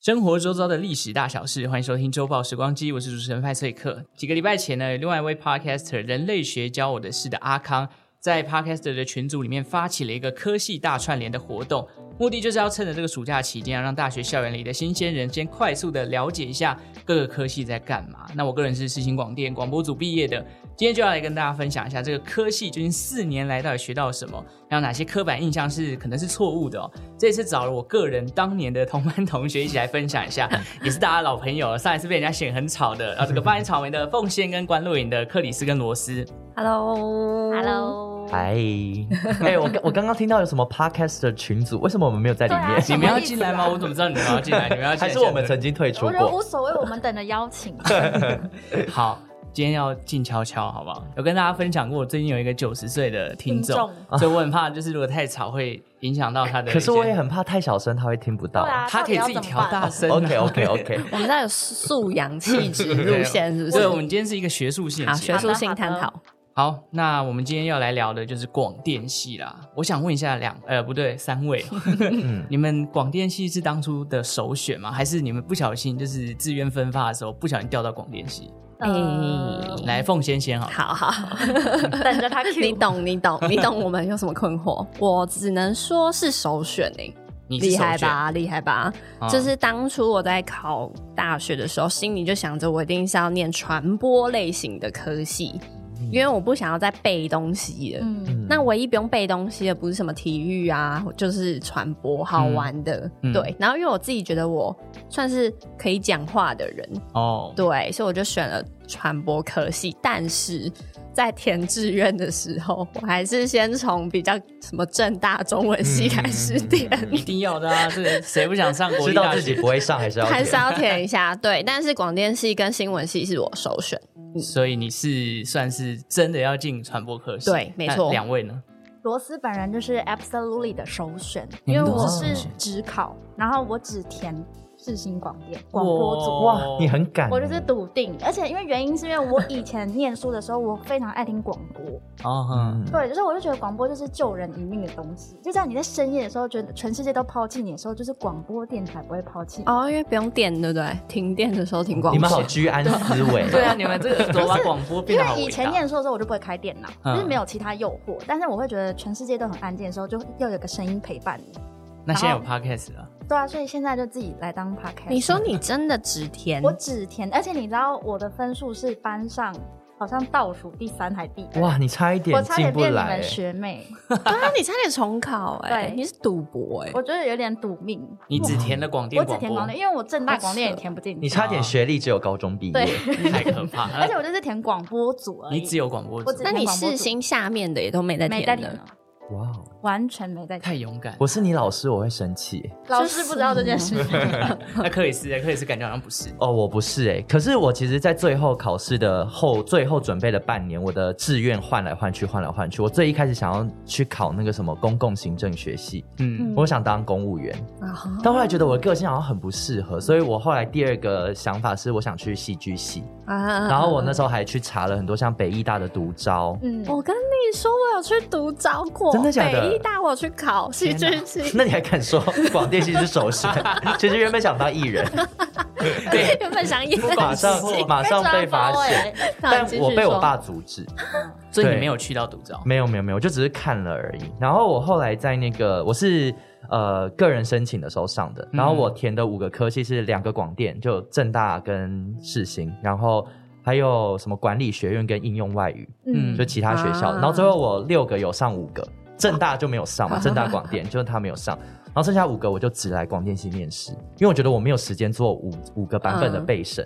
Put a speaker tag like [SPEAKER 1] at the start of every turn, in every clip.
[SPEAKER 1] 生活周遭的历史大小事，欢迎收听《周报时光机》，我是主持人派翠克。几个礼拜前呢，另外一位 podcaster《人类学教我的事》的阿康，在 podcaster 的群组里面发起了一个科系大串联的活动，目的就是要趁着这个暑假期间，要让大学校园里的新鲜人先快速的了解一下各个科系在干嘛。那我个人是世新广电广播组毕业的，今天就要来跟大家分享一下这个科系究竟四年来到底学到了什么，还有哪些刻板印象是可能是错误的哦。这次找了我个人当年的同班同学一起来分享一 下，也是大家老朋友，上一次被人家嫌很吵的，啊然后这个扮演草莓的奉献跟关露营的克里斯跟罗斯，
[SPEAKER 2] Hello，Hello，
[SPEAKER 3] 嗨， 哎、我刚我刚刚听到有什么 podcast 的群组，为什么我们没有在里
[SPEAKER 2] 对啊
[SPEAKER 3] 面？
[SPEAKER 1] 你
[SPEAKER 2] 什
[SPEAKER 1] 们
[SPEAKER 2] 么
[SPEAKER 1] 要
[SPEAKER 2] 意思
[SPEAKER 1] 进来吗？
[SPEAKER 2] 啊
[SPEAKER 1] 我怎么知道你们要进来？你们要进来
[SPEAKER 3] 还是我们曾经退出
[SPEAKER 2] 我觉得
[SPEAKER 3] 过？
[SPEAKER 2] 无所谓，我们等着邀请。呃
[SPEAKER 1] 好，今天要静悄悄，好不好？有跟大家分享过，我最近有一个九十岁的听众，
[SPEAKER 2] 听
[SPEAKER 1] 所以我很怕，就是如果太吵会影响到他的一些。
[SPEAKER 3] 可是我也很怕太小声，他会听不到。
[SPEAKER 2] 对啊
[SPEAKER 1] 他可以自己调大声啊、
[SPEAKER 3] OK OK OK，
[SPEAKER 4] 我们那有素养气质路线，是 不
[SPEAKER 1] 对，
[SPEAKER 4] 是？
[SPEAKER 1] 我们今天是一个学术性的
[SPEAKER 4] 好
[SPEAKER 1] 节
[SPEAKER 4] 学
[SPEAKER 1] 目
[SPEAKER 4] 术性探讨。
[SPEAKER 1] 好，那我们今天要来聊的就是广电系啦。我想问一下两呃不对三 位，
[SPEAKER 3] 嗯
[SPEAKER 1] 你们广电系是当初的首选吗？还是你们不小心就是自愿分发的时候不小心调到广电系？
[SPEAKER 2] 呃
[SPEAKER 1] 来，凤仙仙好了，
[SPEAKER 4] 好好，
[SPEAKER 2] 等着他 Q
[SPEAKER 4] 你懂，你 懂，你懂，我们有什么困惑？我只能说是首选欸诶、
[SPEAKER 1] 你是
[SPEAKER 4] 厉害
[SPEAKER 1] 首选？
[SPEAKER 4] 吧，厉害吧！
[SPEAKER 1] 啊
[SPEAKER 4] 就是当初我在考大学的时候，心里就想着我一定是要念传播类型的科系，
[SPEAKER 1] 嗯
[SPEAKER 4] 因为我不想要再背东西了。
[SPEAKER 2] 嗯，
[SPEAKER 4] 那唯一不用背东西的不是什么体育啊，就是传播好玩的，
[SPEAKER 1] 嗯嗯
[SPEAKER 4] 对。然后因为我自己觉得我算是可以讲话的人，
[SPEAKER 1] 哦，
[SPEAKER 4] 对，所以我就选了传播科系。但是在填志愿的时候，我还是先从比较什么正大中文系
[SPEAKER 3] 嗯
[SPEAKER 4] 开始填，
[SPEAKER 1] 一定要的啊！这个谁不想上国
[SPEAKER 3] 知
[SPEAKER 1] 立
[SPEAKER 3] 道
[SPEAKER 1] 大
[SPEAKER 3] 自己
[SPEAKER 1] 学？
[SPEAKER 3] 不会 上，还是要
[SPEAKER 4] 还是
[SPEAKER 3] 填
[SPEAKER 4] 要填一下。对，但是广电系跟新闻系是我首选。
[SPEAKER 1] 所以你是算是真的要进传播科系？
[SPEAKER 4] 对没
[SPEAKER 1] 那
[SPEAKER 4] 错
[SPEAKER 1] 两位呢？
[SPEAKER 2] 罗斯本人就是 absolutely 的首选，
[SPEAKER 1] 你
[SPEAKER 2] 因
[SPEAKER 1] 们都
[SPEAKER 2] 为我
[SPEAKER 1] 是首
[SPEAKER 2] 是
[SPEAKER 1] 选
[SPEAKER 2] 只考，然后我只填世新广电广播
[SPEAKER 1] 哦
[SPEAKER 2] 组。
[SPEAKER 3] 哇，你很敢，啊
[SPEAKER 2] 我就是笃定，而且因为原因是因为我以前念书的时候，我非常爱听广播，
[SPEAKER 1] 哦 哼，
[SPEAKER 3] 嗯
[SPEAKER 2] 对，就是我就觉得广播就是救人一命的东西，就像你在深夜的时候，觉得全世界都抛弃你的时候，就是广播电台不会抛弃你。
[SPEAKER 4] 哦，因为不用电，对不对？停电的时候停广播。
[SPEAKER 3] 你们好居安思危。
[SPEAKER 1] 对啊，你们这个怎么把广播
[SPEAKER 2] 因
[SPEAKER 1] 变得好
[SPEAKER 2] 为
[SPEAKER 1] 伟
[SPEAKER 2] 以前
[SPEAKER 1] 大？
[SPEAKER 2] 念书的时候，我就不会开电脑，
[SPEAKER 1] 嗯
[SPEAKER 2] 就是没有其他诱惑。但是我会觉得全世界都很安静的时候，就要有个声音陪伴你。
[SPEAKER 1] 那现在有 podcast 了，
[SPEAKER 2] 对啊，所以现在就自己来当 podcast。
[SPEAKER 4] 你说你真的只填
[SPEAKER 2] 我只填，而且你知道我的分数是班上好像倒数第三还第二，
[SPEAKER 3] 哇，你差一
[SPEAKER 2] 我
[SPEAKER 3] 点
[SPEAKER 2] 差
[SPEAKER 3] 进
[SPEAKER 2] 点
[SPEAKER 3] 不
[SPEAKER 2] 变你
[SPEAKER 3] 来欸
[SPEAKER 2] 们。学妹，
[SPEAKER 4] 对啊，你差点重考哎、
[SPEAKER 2] 对
[SPEAKER 4] 你是赌博哎、
[SPEAKER 2] 我觉得有点赌命。
[SPEAKER 1] 你只填了广电
[SPEAKER 2] 我只
[SPEAKER 1] 广
[SPEAKER 2] 填
[SPEAKER 1] 播
[SPEAKER 2] 广，电，因为我正大
[SPEAKER 4] 好扯
[SPEAKER 2] 广电也填不进
[SPEAKER 3] 你
[SPEAKER 2] 去，
[SPEAKER 3] 差点学历只有高中毕业
[SPEAKER 2] 对，
[SPEAKER 1] 太可怕了。
[SPEAKER 2] 而且我就是填广播组而已，
[SPEAKER 1] 你只有广播组
[SPEAKER 2] 我只
[SPEAKER 4] 那你
[SPEAKER 2] 广播
[SPEAKER 4] 世
[SPEAKER 2] 组
[SPEAKER 4] 新下面的也都没在
[SPEAKER 2] 没
[SPEAKER 4] 填
[SPEAKER 2] 在里
[SPEAKER 4] 的
[SPEAKER 2] 呢，
[SPEAKER 3] 哇哦！
[SPEAKER 2] 完全没在填。
[SPEAKER 1] 太勇敢。
[SPEAKER 3] 我是你老师，我会生气。
[SPEAKER 2] 老师不知道这件事，
[SPEAKER 1] 那克里斯，克里斯感觉好像不是。
[SPEAKER 3] 哦，我不是哎、可是我其实，在最后考试的后，最后准备了半年，我的志愿换来换去，换来换去。我最一开始想要去考那个什么公共行政学系，
[SPEAKER 1] 嗯，
[SPEAKER 3] 我想当公务员，
[SPEAKER 4] 啊
[SPEAKER 3] 但后来觉得我的个性好像很不适合，所以我后来第二个想法是我想去戏剧系，
[SPEAKER 4] 啊
[SPEAKER 3] 然后我那时候还去查了很多像北艺大的独招，
[SPEAKER 2] 嗯，
[SPEAKER 4] 我跟你说，我有去读招过，
[SPEAKER 3] 真的假的
[SPEAKER 4] 北医大我有去考戏剧系，
[SPEAKER 3] 那你还敢说广电系是首选？其实原本想当艺人，
[SPEAKER 4] 原本想演，
[SPEAKER 3] 马上马上被
[SPEAKER 2] 被抓
[SPEAKER 3] 罚
[SPEAKER 2] 包
[SPEAKER 3] 写
[SPEAKER 2] 欸，
[SPEAKER 3] 但
[SPEAKER 4] 继续
[SPEAKER 3] 我被我
[SPEAKER 4] 说
[SPEAKER 3] 爸阻止。
[SPEAKER 1] 所以你
[SPEAKER 3] 对
[SPEAKER 1] 没有去到独招。
[SPEAKER 3] 没有没有没有，我就只是看了而已。然后我后来在那个我是呃个人申请的时候上的，然后我填的五个科系是两个广电，就正大跟世新，然后还有什么管理学院跟应用外语，
[SPEAKER 2] 嗯
[SPEAKER 3] 就其他学校。
[SPEAKER 4] 啊
[SPEAKER 3] 然后最后我六个有上五个，正大就没有上 嘛，正大广电就是他没有上。然后剩下五个我就只来广电系面试，因为我觉得我没有时间做五五个版本的
[SPEAKER 4] 嗯
[SPEAKER 3] 备审，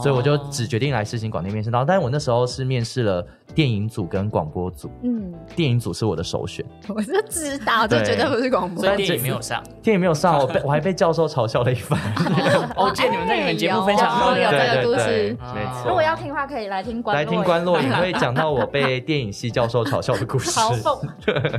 [SPEAKER 3] 所以我就只决定来世新广电面试。然后，但是我那时候是面试了电影组跟广播组，
[SPEAKER 2] 嗯，
[SPEAKER 3] 电影组是我的首选，
[SPEAKER 4] 我就知道，这
[SPEAKER 3] 对
[SPEAKER 4] 绝对不是广播
[SPEAKER 1] 所以。电影没有上。
[SPEAKER 3] 电影没有上，我被我还被教授嘲笑了一番。
[SPEAKER 1] 哦，我记得你们在你们节目分享过
[SPEAKER 4] 哦有
[SPEAKER 1] 的。
[SPEAKER 4] 这个故事
[SPEAKER 1] 啊
[SPEAKER 3] 没错。
[SPEAKER 2] 如果要听的话，可以来听关
[SPEAKER 3] 哦来听关洛 影会讲到我被电影系教授嘲笑的故事。
[SPEAKER 2] 嘲讽，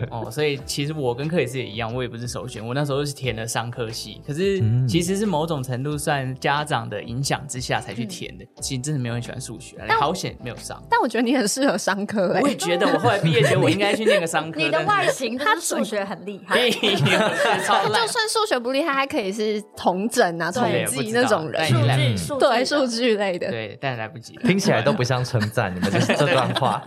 [SPEAKER 1] 哦，所以其实我跟克里斯也一样，我也不是首选，我那时候是填了商科系，可是
[SPEAKER 3] 嗯
[SPEAKER 1] 其实是某种程度算家长的影响之下才去填的，其实真的没有很喜欢数学啊，好险没有上。
[SPEAKER 4] 但我觉得你很适合商科哎、
[SPEAKER 1] 我也觉得，我后来毕业前我应该去念个商科。
[SPEAKER 2] 你的
[SPEAKER 1] 但是
[SPEAKER 2] 外形就是数学很厉害，
[SPEAKER 1] 屁， 超烂
[SPEAKER 4] 就。算数学不厉害，还可以是同整啊、统
[SPEAKER 1] 对
[SPEAKER 4] 计那种
[SPEAKER 1] 不
[SPEAKER 4] 人
[SPEAKER 1] 知，道
[SPEAKER 2] 数
[SPEAKER 1] 但
[SPEAKER 2] 据
[SPEAKER 3] 嗯
[SPEAKER 2] 数据
[SPEAKER 4] 对
[SPEAKER 2] 的
[SPEAKER 4] 数据类的。
[SPEAKER 1] 对，但来不及了。
[SPEAKER 3] 听起来都不像称赞，你们这这段话。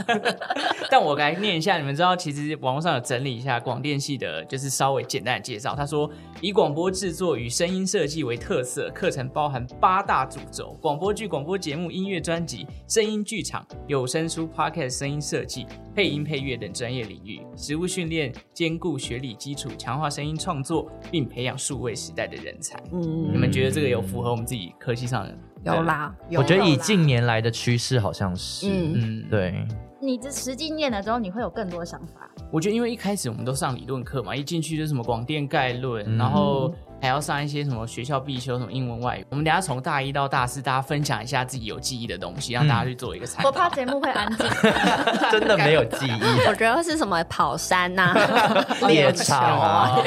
[SPEAKER 1] 但我来念一下，你们知道，其实网络上有整理一下广电系的，就是稍微简单的介绍。他说，以广播制作与声音设计为特色，课程包含八大主轴：广播剧、广播节目、音乐专辑、声音剧场、有声书、podcast、声音设计、配音配乐等专业领域。实务训练兼顾学理基础，强化声音创作，并培养数位时代的人才。
[SPEAKER 4] 嗯，
[SPEAKER 1] 你们觉得这个有符合我们自己科系上的？
[SPEAKER 4] 有啦，有
[SPEAKER 3] 我觉得以近年来的趋势好像是，
[SPEAKER 4] 嗯
[SPEAKER 1] 嗯，
[SPEAKER 3] 对，
[SPEAKER 2] 你这实际念了之后，你会有更多想法。
[SPEAKER 1] 我觉得因为一开始我们都上理论课嘛，一进去就是什么广电概论，
[SPEAKER 3] 嗯
[SPEAKER 1] 然后还要上一些什么学校必修什么英文外语。我们等一下从大一到大四，大家分享一下自己有记忆的东西，让大家去做一个参考。
[SPEAKER 2] 我怕节目会安静，
[SPEAKER 3] 真的没有记忆。
[SPEAKER 4] 我觉得是什么跑山 呐、啊、
[SPEAKER 3] 猎场啊，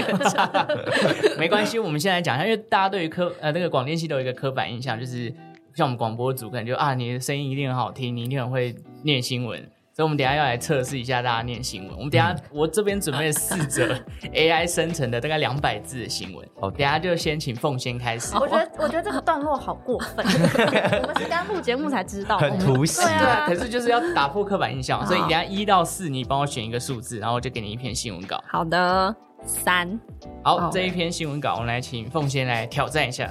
[SPEAKER 1] 没关系，我们现在讲一下，因为大家对于科呃那个广电系都有一个刻板印象，就是像我们广播组可能就啊你的声音一定很好听，你一定很会念新闻。所以，我们等一下要来测试一下大家念新闻。我们等一下，我这边准备了四则 AI 生成的大概两百字的新 闻。
[SPEAKER 3] OK
[SPEAKER 1] 等一下就先请凤仙开始。
[SPEAKER 2] 我觉得我觉得这个段落好过分，我们是刚录节目才知道，
[SPEAKER 3] 很突袭
[SPEAKER 2] 对
[SPEAKER 1] 对
[SPEAKER 2] 啊
[SPEAKER 1] 啊，可是就是要打破刻板印 象，所以等一下一到四，你帮我选一个数字，然后我就给你一篇新闻稿。
[SPEAKER 4] 好的，三
[SPEAKER 1] 好，
[SPEAKER 4] 好
[SPEAKER 1] 这一篇新闻稿，我们来请凤仙来挑战一下。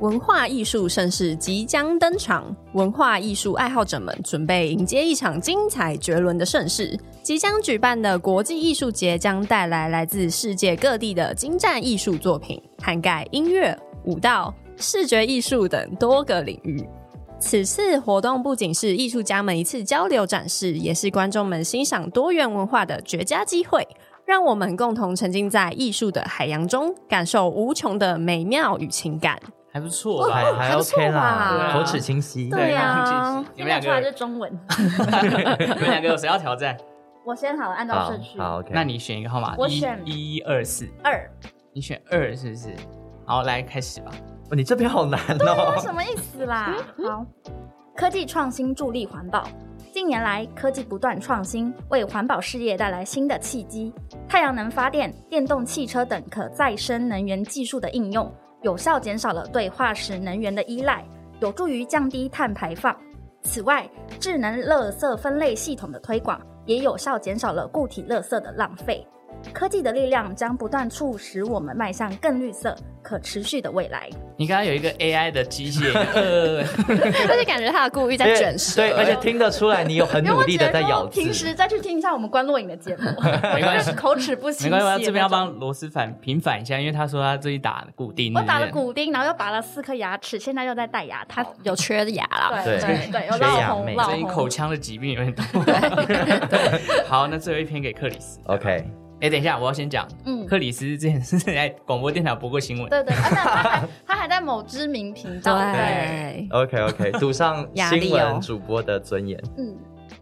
[SPEAKER 4] 文化艺术盛世即将登场，文化艺术爱好者们准备迎接一场精彩绝伦的盛世。即将举办的国际艺术节将带来来自世界各地的精湛艺术作品，涵盖音乐、舞蹈、视觉艺术等多个领域。此次活动不仅是艺术家们一次交流展示，也是观众们欣赏多元文化的绝佳机会。让我们共同沉浸在艺术的海洋中，感受无穷的美妙与情感。
[SPEAKER 1] 还不错吧？
[SPEAKER 3] 还还
[SPEAKER 4] 还不错
[SPEAKER 3] OK
[SPEAKER 4] 吧
[SPEAKER 3] 啦，口齿清晰。
[SPEAKER 4] 对啊
[SPEAKER 1] 让你们两
[SPEAKER 2] 出来就
[SPEAKER 1] 个
[SPEAKER 2] 是，中文。
[SPEAKER 1] 你们两个有谁要挑战？
[SPEAKER 2] 我先好了，按照
[SPEAKER 3] 好
[SPEAKER 2] 顺序，
[SPEAKER 3] 好 OK。
[SPEAKER 1] 那你选一个号码，
[SPEAKER 2] 我
[SPEAKER 1] 一
[SPEAKER 2] 选
[SPEAKER 1] 一一二四，
[SPEAKER 2] 二
[SPEAKER 1] 你选二是不是？好，来开始吧。
[SPEAKER 3] 哦你这边好难
[SPEAKER 2] 什
[SPEAKER 3] 哦。
[SPEAKER 2] 么意思啦？好，科技创新助力环保。近年来，科技不断创新，为环保事业带来新的契机。太阳能发电、电动汽车等可再生能源技术的应用，有效减少了对化石能源的依赖，有助于降低碳排放。此外，智能垃圾分类系统的推广，也有效减少了固体垃圾的浪费。科技的力量将不断促使我们迈向更绿色、可持续的未来。
[SPEAKER 1] 你刚刚有一个 AI 的机 械，呃，
[SPEAKER 4] 而且感觉他的故意在卷舌，
[SPEAKER 3] 对，而且听得出来你有很
[SPEAKER 2] 因为
[SPEAKER 3] 努
[SPEAKER 2] 我
[SPEAKER 3] 力
[SPEAKER 2] 只
[SPEAKER 3] 的
[SPEAKER 2] 能
[SPEAKER 3] 在咬
[SPEAKER 2] 说
[SPEAKER 3] 字。
[SPEAKER 2] 平时再去听一下我们关洛影的 节目，
[SPEAKER 1] 没关系
[SPEAKER 2] 就是口齿不清晰
[SPEAKER 1] 没
[SPEAKER 2] 的
[SPEAKER 1] 关
[SPEAKER 2] 那
[SPEAKER 1] 系，我
[SPEAKER 2] 种。
[SPEAKER 1] 这边要帮螺丝反平反一下，因为他说他最近打骨钉，
[SPEAKER 2] 我打了
[SPEAKER 1] 对不对，
[SPEAKER 2] 骨钉，然后又拔了四颗牙齿，现在又在戴牙套。
[SPEAKER 4] 有缺牙啦。
[SPEAKER 2] 对
[SPEAKER 3] 对
[SPEAKER 2] 对，有
[SPEAKER 3] 缺牙
[SPEAKER 2] 老红
[SPEAKER 3] 妹
[SPEAKER 2] 老
[SPEAKER 1] 最近口
[SPEAKER 2] 红。
[SPEAKER 1] 腔的疾病有点多。 好，那最后一篇给克里斯。
[SPEAKER 3] OK，
[SPEAKER 1] 哎，等一下，我要先讲，
[SPEAKER 2] 嗯
[SPEAKER 1] 克里斯之前是在广播电台播过新闻，
[SPEAKER 2] 对对，而且他还 他还在某知名频道。对，
[SPEAKER 4] 对，
[SPEAKER 3] OK OK，赌上
[SPEAKER 4] 压力哦
[SPEAKER 3] 新闻主播的尊严。
[SPEAKER 2] 嗯，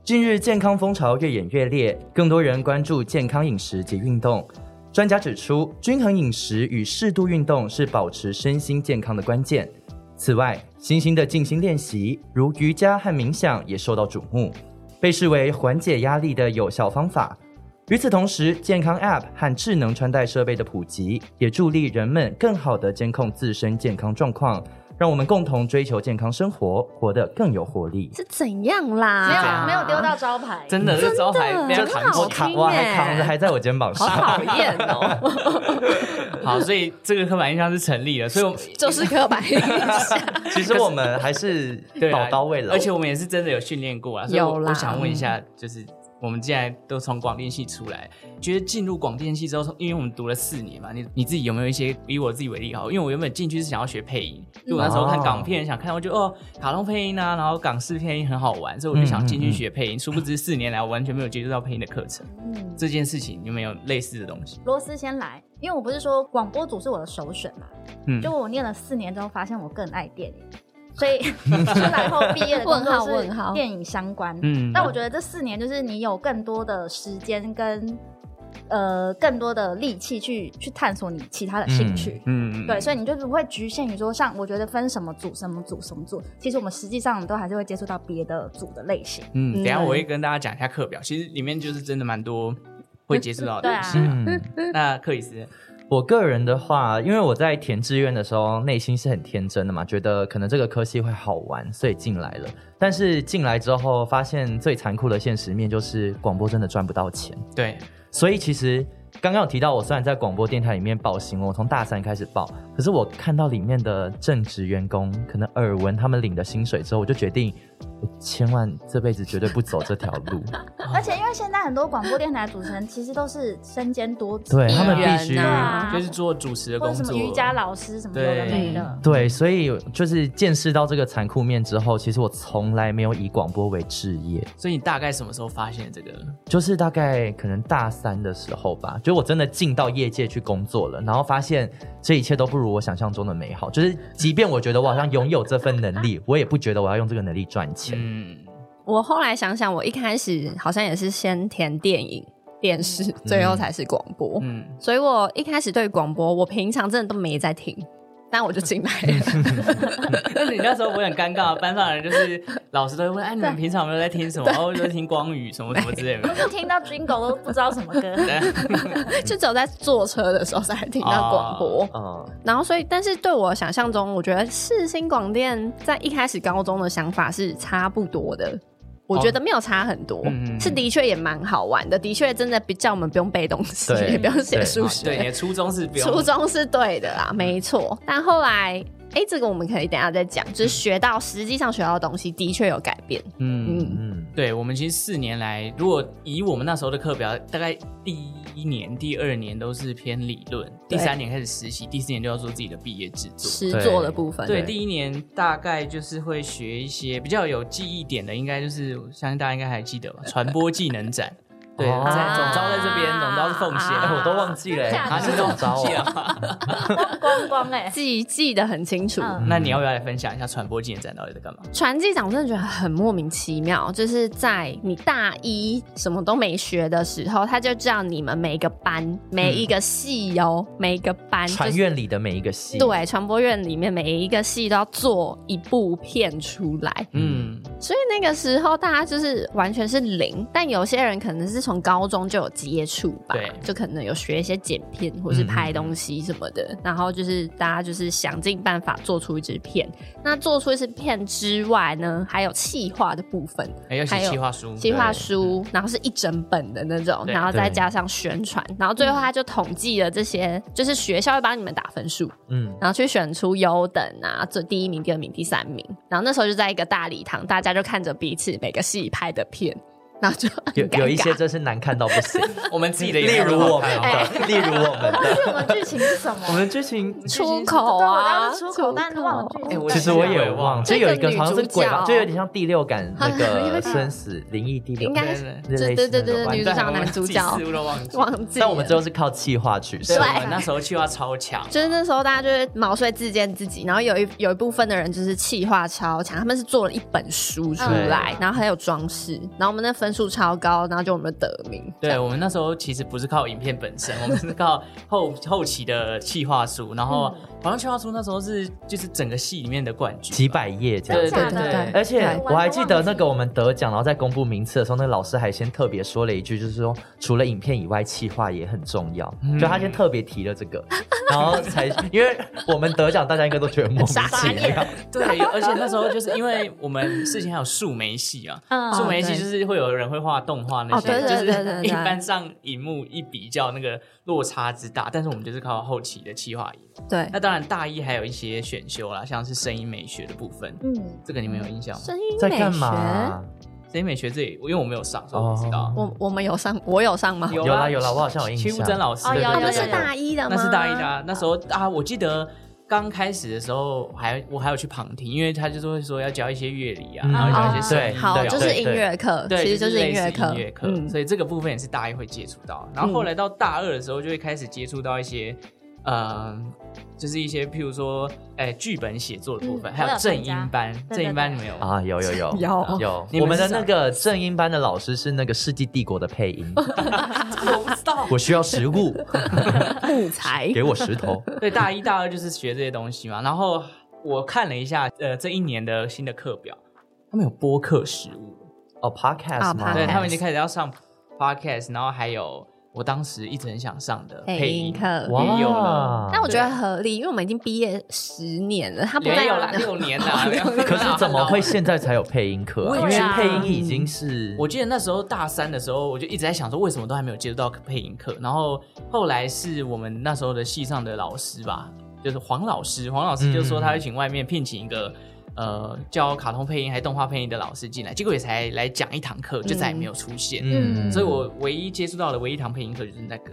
[SPEAKER 3] 近日健康风潮越演越烈，更多人关注健康饮食及运动。专家指出，均衡饮食与适度运动是保持身心健康的关键。此外，新兴的静心练习，如瑜伽和冥想，也受到瞩目，被视为缓解压力的有效方法。与此同时，健康 App 和智能穿戴设备的普及，也助力人们更好地监控自身健康状况，让我们共同追求健康生活，活得更有活力。
[SPEAKER 4] 是怎样啦？
[SPEAKER 2] 没有没有丢，到招牌，
[SPEAKER 1] 真的这招牌
[SPEAKER 4] 真的
[SPEAKER 1] 被他
[SPEAKER 4] 很
[SPEAKER 1] 扛起
[SPEAKER 4] 好
[SPEAKER 3] 我
[SPEAKER 1] 来
[SPEAKER 4] 听
[SPEAKER 3] 扛，我还
[SPEAKER 4] 耶
[SPEAKER 3] 扛着，还在我肩膀
[SPEAKER 4] 好
[SPEAKER 3] 上。
[SPEAKER 4] 讨厌 哦，
[SPEAKER 1] 好，所以这个刻板印象是成立的，所以我们
[SPEAKER 4] 就是刻板印象。
[SPEAKER 3] 其实我们还是
[SPEAKER 1] 对啊
[SPEAKER 3] 宝刀未老，
[SPEAKER 1] 而且我们也是真的有训练过啊。所以
[SPEAKER 4] 有
[SPEAKER 1] 我
[SPEAKER 4] 啦嗯
[SPEAKER 1] 我想问一下，就是我们既然都从广电系出来，觉得进入广电系之后，因为我们读了四年嘛，你你自己有没有一些以我自己为例好？因为我原本进去是想要学配音，就我那时候看港片，想看我就哦，卡通配音啊，然后港式配音很好玩，所以我就想进去学配音。殊不知四年来我完全没有接触到配音的课程。
[SPEAKER 2] 嗯。
[SPEAKER 1] 这件事情有没有类似的东西？
[SPEAKER 2] 罗斯先来，因为我不是说广播组是我的首选嘛，
[SPEAKER 1] 嗯
[SPEAKER 2] 就我念了四年之后，发现我更爱电影，所 以出来后毕业的工作
[SPEAKER 4] 问号
[SPEAKER 2] 是
[SPEAKER 4] 问号
[SPEAKER 2] 电影相关。
[SPEAKER 1] 嗯
[SPEAKER 2] 但我觉得这四年就是你有更多的时间跟呃更多的力气去去探索你其他的兴趣。
[SPEAKER 1] 嗯，
[SPEAKER 2] 对，所以你就不会局限于说，像我觉得分什么组、什么组、什么组，其实我们实际上都还是会接触到别的组的类型。
[SPEAKER 1] 嗯，等一下我会跟大家讲一下课表，其实里面就是真的蛮多会接触到的
[SPEAKER 2] 对
[SPEAKER 1] 东
[SPEAKER 2] 啊
[SPEAKER 1] 西。
[SPEAKER 3] 嗯，
[SPEAKER 1] 那克里斯，
[SPEAKER 3] 我个人的话，因为我在填志愿的时候，内心是很天真的嘛，觉得可能这个科系会好玩，所以进来了。但是进来之后，发现最残酷的现实面就是广播真的赚不到钱。
[SPEAKER 1] 对，
[SPEAKER 3] 所以其实刚刚有提到，我虽然在广播电台里面报新闻，我从大三开始报，可是我看到里面的正职员工可能耳闻他们领的薪水之后，我就决定，我千万这辈子绝对不走这条路。
[SPEAKER 2] 而且因为现在很多广播电台的主持人其实都是身兼多职，
[SPEAKER 3] 对他们
[SPEAKER 4] 艺人
[SPEAKER 3] 必须、
[SPEAKER 4] 啊
[SPEAKER 1] 就是做主持的
[SPEAKER 2] 或
[SPEAKER 1] 工
[SPEAKER 2] 者什
[SPEAKER 1] 作，
[SPEAKER 2] 么瑜伽老师什么有的没的。
[SPEAKER 3] 对，所以就是见识到这个残酷面之后，其实我从来没有以广播为置业，
[SPEAKER 1] 所以你大概什么时候发现这个？
[SPEAKER 3] 就是大概可能大三的时候吧，就我真的进到业界去工作了，然后发现这一切都不如我想象中的美好。就是即便我觉得我好像拥有这份能力，我也不觉得我要用这个能力赚钱。
[SPEAKER 1] 嗯，
[SPEAKER 4] 我后来想想，我一开始好像也是先填电影、电视，
[SPEAKER 2] 嗯
[SPEAKER 4] 最后才是广播。
[SPEAKER 1] 嗯，
[SPEAKER 4] 所以我一开始对广播，我平常真的都没在听，但我就进来 了。
[SPEAKER 1] 但是你那时候不会很尴尬，班上的人就是老师都会问，哎，你们平常有没有在听什么？哦，就听光宇什么什么之 类的。
[SPEAKER 2] 就听到 Jingle 都不知道什么歌，
[SPEAKER 4] 就只有在坐车的时候才听到广
[SPEAKER 2] 哦
[SPEAKER 4] 播。
[SPEAKER 3] 嗯，
[SPEAKER 4] 然后所以，但是对我想象中，我觉得世新广电在一开始高中的想法是差不多的。我觉得没有差很多，
[SPEAKER 1] 嗯嗯
[SPEAKER 4] 是的确也蛮好玩的，的确真的比较我们不用背东西，
[SPEAKER 3] 对
[SPEAKER 4] 也不用写
[SPEAKER 3] 对
[SPEAKER 4] 数
[SPEAKER 1] 啊
[SPEAKER 4] 学，
[SPEAKER 1] 对，你的初衷是不用
[SPEAKER 4] 初衷是对的啦，没错。但后来，哎、这个我们可以等一下再讲。就是学到实际上学到的东西，的确有改变。
[SPEAKER 1] 嗯，
[SPEAKER 4] 嗯，
[SPEAKER 3] 嗯
[SPEAKER 1] 对，我们其实四年来，如果以我们那时候的课表，大概第一年、第二年都是偏理论，第
[SPEAKER 4] 对
[SPEAKER 1] 三年开始实习，第四年就要做自己的毕业制作。
[SPEAKER 4] 实作的部分，
[SPEAKER 1] 对，第一年大概就是会学一些比较有记忆点的，应该就是我相信大家应该还记得吧，传播技能展。对，
[SPEAKER 3] 哦
[SPEAKER 1] 在总招在这边，总招是奉
[SPEAKER 4] 啊
[SPEAKER 3] 哎
[SPEAKER 1] 贤，
[SPEAKER 3] 我都忘记了、
[SPEAKER 2] 假的
[SPEAKER 3] 欸，
[SPEAKER 1] 啊，你
[SPEAKER 3] 你是
[SPEAKER 1] 们
[SPEAKER 3] 怎
[SPEAKER 1] 都
[SPEAKER 3] 么找我
[SPEAKER 1] 忘记？了。
[SPEAKER 2] 光光哎、
[SPEAKER 4] 记记得很清楚。
[SPEAKER 2] 嗯
[SPEAKER 1] 那你要不要来分享一下传播技能展到底在干嘛？
[SPEAKER 4] 传记长我真的觉得很莫名其妙，就是在你大一什么都没学的时候，他就叫你们每一个班、每一个系哦、每一个班
[SPEAKER 3] 嗯传
[SPEAKER 4] 就是
[SPEAKER 3] 院里的每一个系，，
[SPEAKER 4] 对传播院里面每一个系都要做一部片出来，
[SPEAKER 1] 嗯，
[SPEAKER 4] 所以那个时候大家就是完全是零，但有些人可能是从高中就有接触吧
[SPEAKER 1] 对，
[SPEAKER 4] 就可能有学一些剪片或是拍东西什么的，
[SPEAKER 1] 嗯
[SPEAKER 4] 然后就是大家就是想尽办法做出一支片。那做出一支片之外呢，还有企划的部分，
[SPEAKER 1] 哎要写
[SPEAKER 4] 还有
[SPEAKER 1] 企划书，
[SPEAKER 4] 企划书，然后是一整本的那种，
[SPEAKER 1] 嗯对
[SPEAKER 4] 然后再加上宣传，然后最后他就统计了这些，就是学校会帮你们打分数，
[SPEAKER 3] 嗯，
[SPEAKER 4] 然后去选出优等啊，最第一名、第二名、第三名。然后那时候就在一个大礼堂，大家就看着彼此每个戏拍的片，然后就很
[SPEAKER 3] 有
[SPEAKER 4] 尴尬
[SPEAKER 3] 有一些真是难看到不 行，
[SPEAKER 1] 我们自己的也
[SPEAKER 3] 例
[SPEAKER 1] 没有
[SPEAKER 3] 如
[SPEAKER 1] 很好
[SPEAKER 3] 我
[SPEAKER 1] 看
[SPEAKER 3] 们
[SPEAKER 4] 哎
[SPEAKER 1] 哦
[SPEAKER 3] 的， 例如我们的，
[SPEAKER 2] 是我们剧情是什么？
[SPEAKER 3] 我们剧情
[SPEAKER 4] 出 口啊，
[SPEAKER 2] 对我当时出口但是忘了剧情
[SPEAKER 1] 哎我
[SPEAKER 3] 其实哦我也
[SPEAKER 1] 忘了
[SPEAKER 3] 忘了，就有一个好像是鬼吧，
[SPEAKER 4] 这个女主角
[SPEAKER 3] 就有点像第六感那
[SPEAKER 4] 有
[SPEAKER 3] 个
[SPEAKER 4] 点
[SPEAKER 3] 生死灵异第六
[SPEAKER 4] 应
[SPEAKER 3] 感，
[SPEAKER 4] 该
[SPEAKER 1] 对
[SPEAKER 3] 类似
[SPEAKER 4] 对对对对
[SPEAKER 3] 那种
[SPEAKER 4] 对，女主
[SPEAKER 1] 完蛋
[SPEAKER 4] 角、
[SPEAKER 1] 我们
[SPEAKER 4] 男主
[SPEAKER 1] 自己
[SPEAKER 4] 角
[SPEAKER 1] 思路都忘记。
[SPEAKER 4] 忘记了，
[SPEAKER 3] 但我们最后是靠气化取胜
[SPEAKER 1] 对，我，
[SPEAKER 4] 对
[SPEAKER 1] 们那时候企划超 强，
[SPEAKER 4] 就是那时候大家就是毛遂自荐自己，然后有一有一部分的人就是气化超强，他们是做了一本书出
[SPEAKER 2] 嗯
[SPEAKER 4] 来，然后还有装饰，然后我们那分数超高，然后就我们得名。
[SPEAKER 1] 对我们那时候其实不是靠影片本身，我们是靠后后期的企划书，然后好像企划书那时候是就是整个戏里面的冠 军吧，
[SPEAKER 3] 几百页这
[SPEAKER 1] 对对
[SPEAKER 3] 样。
[SPEAKER 2] 真的假
[SPEAKER 1] 对
[SPEAKER 2] 的
[SPEAKER 1] 对，
[SPEAKER 3] 而且
[SPEAKER 4] 对
[SPEAKER 3] 我还记得那个我们得奖，然后在公布名次的时候，那个老师还先特别说了一句，就是说除了影片以外，气化也很重要。就他先特别提了这个，然后才因为我们得奖，大家应该都觉得莫名其妙。
[SPEAKER 1] 对，而且那时候就是因为我们事情还有树莓戏啊，
[SPEAKER 2] 嗯
[SPEAKER 1] 树莓戏就是会有人会画动画那些，
[SPEAKER 4] 哦对对对
[SPEAKER 1] 就
[SPEAKER 4] 对
[SPEAKER 1] 是
[SPEAKER 4] 对
[SPEAKER 1] 一般上荧幕一比较那个落差之大，但是我们就是靠后期的企划赢。
[SPEAKER 4] 对，
[SPEAKER 3] 呃
[SPEAKER 1] 那当然大一还有一些选修啦，像是声音美学的部分，
[SPEAKER 2] 嗯，
[SPEAKER 1] 这个你们有印象吗？
[SPEAKER 4] 声音
[SPEAKER 3] 在
[SPEAKER 4] 美
[SPEAKER 3] 干
[SPEAKER 4] 学
[SPEAKER 3] 嘛？
[SPEAKER 1] 声音美学这里，因为我没有上，所以我不知道。
[SPEAKER 4] 我我们有上，我哦有上吗？
[SPEAKER 1] 有啊
[SPEAKER 3] 有
[SPEAKER 1] 啦
[SPEAKER 3] 啦有啦，我好像有印
[SPEAKER 1] 邱
[SPEAKER 3] 象。
[SPEAKER 1] 真老师
[SPEAKER 2] 哦
[SPEAKER 1] 的
[SPEAKER 2] 有
[SPEAKER 1] 那
[SPEAKER 4] 啊，
[SPEAKER 1] 个，
[SPEAKER 2] 有
[SPEAKER 4] 不
[SPEAKER 2] 有
[SPEAKER 4] 是大一的吗？
[SPEAKER 1] 那是大一的、啊，那时候啊，我记得刚开始的时候还我还有去旁听，因为他就是会说要教一些乐理啊，
[SPEAKER 3] 嗯
[SPEAKER 1] 然后教一
[SPEAKER 4] 哦
[SPEAKER 1] 些声音
[SPEAKER 3] 对
[SPEAKER 4] 好，
[SPEAKER 1] 对啊
[SPEAKER 4] 就是音乐课，
[SPEAKER 1] 对，
[SPEAKER 4] 其实就是音
[SPEAKER 1] 类似
[SPEAKER 4] 乐课，嗯
[SPEAKER 1] 音乐课，所以这个部分也是大一会接触到。然后后来到大二的时候，就会开始接触到一些呃，就是一些譬如说，哎，剧本写作的部分，
[SPEAKER 2] 嗯
[SPEAKER 1] 还
[SPEAKER 2] 我
[SPEAKER 1] 有
[SPEAKER 2] 有
[SPEAKER 1] 正
[SPEAKER 2] 参加
[SPEAKER 1] 音班，
[SPEAKER 2] 对
[SPEAKER 1] 正
[SPEAKER 2] 对
[SPEAKER 1] 音班
[SPEAKER 2] 对
[SPEAKER 1] 你们有
[SPEAKER 4] 哦
[SPEAKER 1] 吗？
[SPEAKER 3] 啊，有有有
[SPEAKER 4] 有
[SPEAKER 3] 有
[SPEAKER 1] 你，们
[SPEAKER 3] 我们的
[SPEAKER 1] 是
[SPEAKER 3] 那个正音班的老师是那个《世纪帝国》的配音，
[SPEAKER 1] 我不知道。
[SPEAKER 3] 我需要食物，
[SPEAKER 4] 木材
[SPEAKER 3] 给我石头。
[SPEAKER 1] 对，大一、大二就是学这些东西嘛。然后我看了一下，呃，这一年的新的课表，他们有播客实务，
[SPEAKER 3] 哦
[SPEAKER 4] 啊
[SPEAKER 3] ，podcast 吗？
[SPEAKER 1] 对
[SPEAKER 4] podcast
[SPEAKER 1] 他们已经开始要上 podcast，然后还有我当时一直很想上的
[SPEAKER 4] 配
[SPEAKER 1] 配
[SPEAKER 4] 音
[SPEAKER 1] 音
[SPEAKER 4] 课。
[SPEAKER 1] 哇也有了
[SPEAKER 4] 但我觉得合理，因为我们已经毕业十年了，他不再
[SPEAKER 1] 没有啊啦，六年 啦。没有
[SPEAKER 3] 可是怎么会？现在才有配音课啊？因
[SPEAKER 2] 对
[SPEAKER 3] 为
[SPEAKER 2] 啊
[SPEAKER 3] 配音已经是
[SPEAKER 1] 我记得那时候大三的时候，我就一直在想说，为什么都还没有接触到配音课？然后后来是我们那时候的系上的老师吧，就是黄老师，黄老师就说他会请外面聘请一个。呃，教卡通配音还是动画配音的老师进来，结果也才来讲一堂课，就再也没有出现。
[SPEAKER 2] 嗯
[SPEAKER 1] 所以我唯一接触到的唯一一堂配音课就是那个，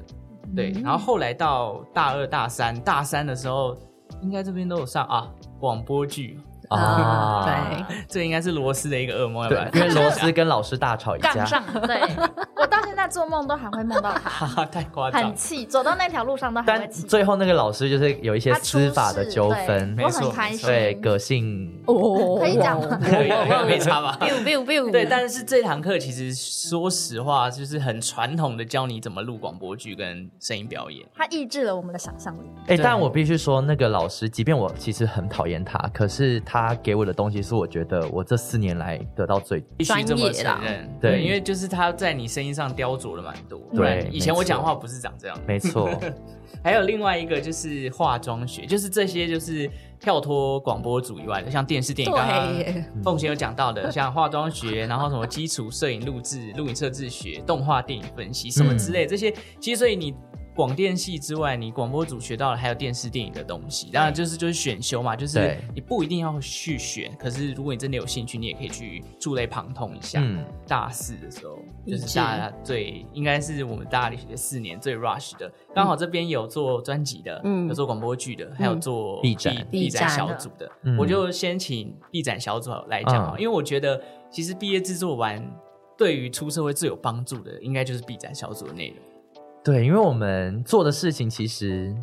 [SPEAKER 1] 对。
[SPEAKER 4] 嗯
[SPEAKER 1] 然后后来到大二、大三，大三的时候，应该这边都有上啊广播剧，
[SPEAKER 3] 啊，
[SPEAKER 4] 对，
[SPEAKER 1] 这应该是罗斯的一个噩梦，要不
[SPEAKER 3] 对
[SPEAKER 1] 然，
[SPEAKER 3] 因为罗斯跟老师大吵一
[SPEAKER 2] 杠
[SPEAKER 3] 架，
[SPEAKER 2] 上，对 我到现在做梦都还会梦到他，
[SPEAKER 1] 哈哈，太夸张
[SPEAKER 2] 很。气，走到那条路上都还会
[SPEAKER 3] 但
[SPEAKER 2] 气。
[SPEAKER 3] 最后那个老师就是有一些
[SPEAKER 2] 他出
[SPEAKER 3] 司法的
[SPEAKER 2] 事
[SPEAKER 3] 纠
[SPEAKER 2] 对
[SPEAKER 3] 纷，
[SPEAKER 1] 没
[SPEAKER 2] 我
[SPEAKER 1] 错
[SPEAKER 2] 很开心。
[SPEAKER 3] 对个性
[SPEAKER 4] 哦
[SPEAKER 2] 可以讲吗
[SPEAKER 1] 可以啊，没差 吧？
[SPEAKER 4] biu biu biu，
[SPEAKER 1] 对，但是这堂课其实说实话，就是很传统的教你怎么录广播剧跟声音表演。
[SPEAKER 2] 他抑制了我们的想象力。
[SPEAKER 3] 哎、
[SPEAKER 1] 对
[SPEAKER 3] 但我必须说，那个老师，即便我其实很讨厌他，可是他给我的东西是我觉得我这四年来得到最
[SPEAKER 1] 必须这么
[SPEAKER 4] 专业啦
[SPEAKER 1] 承认，
[SPEAKER 3] 对
[SPEAKER 1] 对，因为就是他在你声音上雕琢了蛮多。不
[SPEAKER 3] 对
[SPEAKER 1] 然以前
[SPEAKER 3] 没
[SPEAKER 1] 我讲
[SPEAKER 3] 错
[SPEAKER 1] 话不是长这样的。
[SPEAKER 3] 没错，
[SPEAKER 1] 还有另外一个就是化妆学，就是这些就是跳脱广播组以外的，像电视电影刚刚
[SPEAKER 4] 对耶
[SPEAKER 1] 凤贤有讲到 的，像化妆学，然后什么基础摄影录制、录影设置学、动画电影分析什么之类的这些，其实所以你。广电系之外，你广播组学到了还有电视电影的东西，当然就是就是选修嘛，就是
[SPEAKER 3] 对
[SPEAKER 1] 你不一定要去选，可是如果你真的有兴趣，你也可以去触类旁通一下。
[SPEAKER 3] 嗯，
[SPEAKER 1] 大四的时候，
[SPEAKER 4] 理
[SPEAKER 1] 就
[SPEAKER 4] 解
[SPEAKER 1] 是大家最应该是我们大学四年最 rush 的，刚好这边有做专辑的，
[SPEAKER 4] 嗯
[SPEAKER 1] 有做广播剧的，还有做
[SPEAKER 3] 毕嗯展
[SPEAKER 1] 毕展
[SPEAKER 4] 毕展
[SPEAKER 1] 小组的
[SPEAKER 3] 嗯，
[SPEAKER 1] 我就先请毕展小组来讲好了，
[SPEAKER 3] 嗯
[SPEAKER 1] 因为我觉得其实毕业制作完。对于出社会最有帮助的，应该就是毕展小组的内容。
[SPEAKER 3] 对，因为我们做的事情其实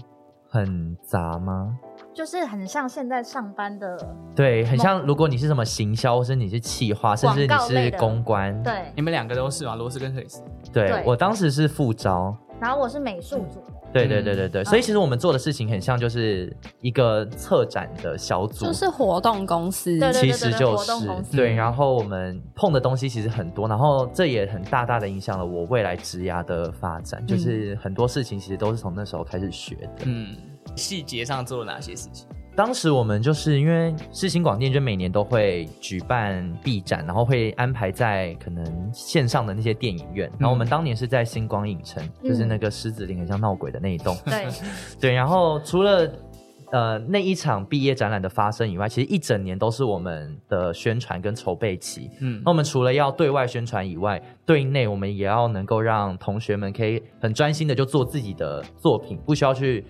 [SPEAKER 3] 很杂吗？
[SPEAKER 2] 就是很像现在上班的，
[SPEAKER 3] 对，很像如果你是什么行销，或是你是企划，甚至你
[SPEAKER 2] 广告类
[SPEAKER 3] 是
[SPEAKER 2] 的
[SPEAKER 3] 公关，
[SPEAKER 2] 对。
[SPEAKER 1] 你们两个都是吗？罗斯跟克里斯。
[SPEAKER 3] 对
[SPEAKER 2] 对
[SPEAKER 3] 我当时是副招，
[SPEAKER 2] 然后我是美术组，
[SPEAKER 3] 对
[SPEAKER 1] 嗯
[SPEAKER 3] 对对对对，所以其实我们做的事情很像就是一个策展的小组，
[SPEAKER 4] 就是活动公司，
[SPEAKER 2] 对对
[SPEAKER 3] 其实就
[SPEAKER 2] 活
[SPEAKER 3] 是
[SPEAKER 2] 动公司
[SPEAKER 3] 对，
[SPEAKER 1] 嗯
[SPEAKER 3] 然后我们碰的东西其实很多，然后这也很大大的影响了我未来职涯的发
[SPEAKER 2] 嗯
[SPEAKER 3] 展，就是很多事情其实都是从那时候开始学的。
[SPEAKER 1] 嗯，细节上做了哪些事情？
[SPEAKER 3] 当时我们就是因为世新广电就每年都会举办闭展，然后会安排在可能线上的那些电影院，然后我
[SPEAKER 2] 嗯
[SPEAKER 3] 们当年是在星光影城，就是那个狮子林很像闹鬼的那一栋，
[SPEAKER 2] 对，
[SPEAKER 3] 对，然后除了呃那一场毕业展览的发生以外，其实一整年都是我们的宣传跟筹备期。
[SPEAKER 1] 嗯
[SPEAKER 3] 那我们除了要对外宣传以外，对内我们也要能够让同学们可以很专心的就做自己的作品，不需要去。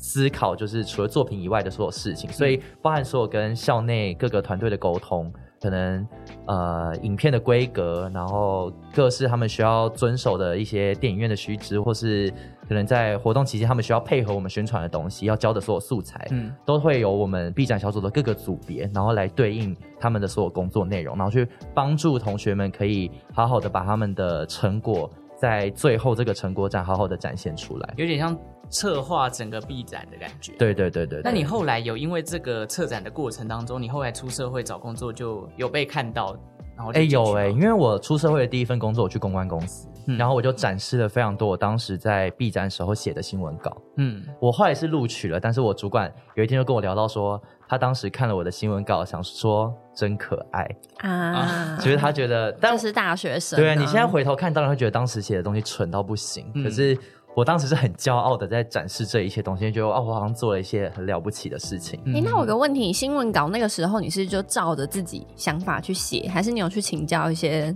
[SPEAKER 3] 思考就是除了作品以外的所有事情，所以包含所有跟校内各个团队的沟通，可能呃影片的规格，然后各式他们需要遵守的一些电影院的须知，或是可能在活动期间他们需要配合我们宣传的东西，要交的所有素材，
[SPEAKER 1] 嗯
[SPEAKER 3] 都会有我们 B 展小组的各个组别，然后来对应他们的所有工作内容，然后去帮助同学们可以好好的把他们的成果在最后这个成果展好好的展现出来。
[SPEAKER 1] 有点像策划整个毕展的感觉。
[SPEAKER 3] 对对对对对。
[SPEAKER 1] 那你后来有因为这个策展的过程当中，你后来出社会找工作就有被看到，然后就
[SPEAKER 3] 哎、
[SPEAKER 1] 进去
[SPEAKER 3] 有
[SPEAKER 1] 吗
[SPEAKER 3] 哎、因为我出社会的第一份工作，我去公关公司，
[SPEAKER 1] 嗯
[SPEAKER 3] 然后我就展示了非常多我当时在 B 展时候写的新闻稿。
[SPEAKER 1] 嗯，
[SPEAKER 3] 我后来是录取了，但是我主管有一天就跟我聊到说，他当时看了我的新闻稿，想说真可爱，
[SPEAKER 4] 啊，
[SPEAKER 3] 觉得他觉得，但
[SPEAKER 4] 就是大学生啊，
[SPEAKER 3] 对啊，你现在回头看，当然会觉得当时写的东西蠢到不行，
[SPEAKER 1] 嗯
[SPEAKER 3] 可是。我当时是很骄傲的在展示这一切东西，觉得哦，我好像做了一些很了不起的事情。
[SPEAKER 1] 嗯
[SPEAKER 4] 哎、那我有个问题，新闻稿那个时候你是就照着自己想法去写，还是你有去请教一些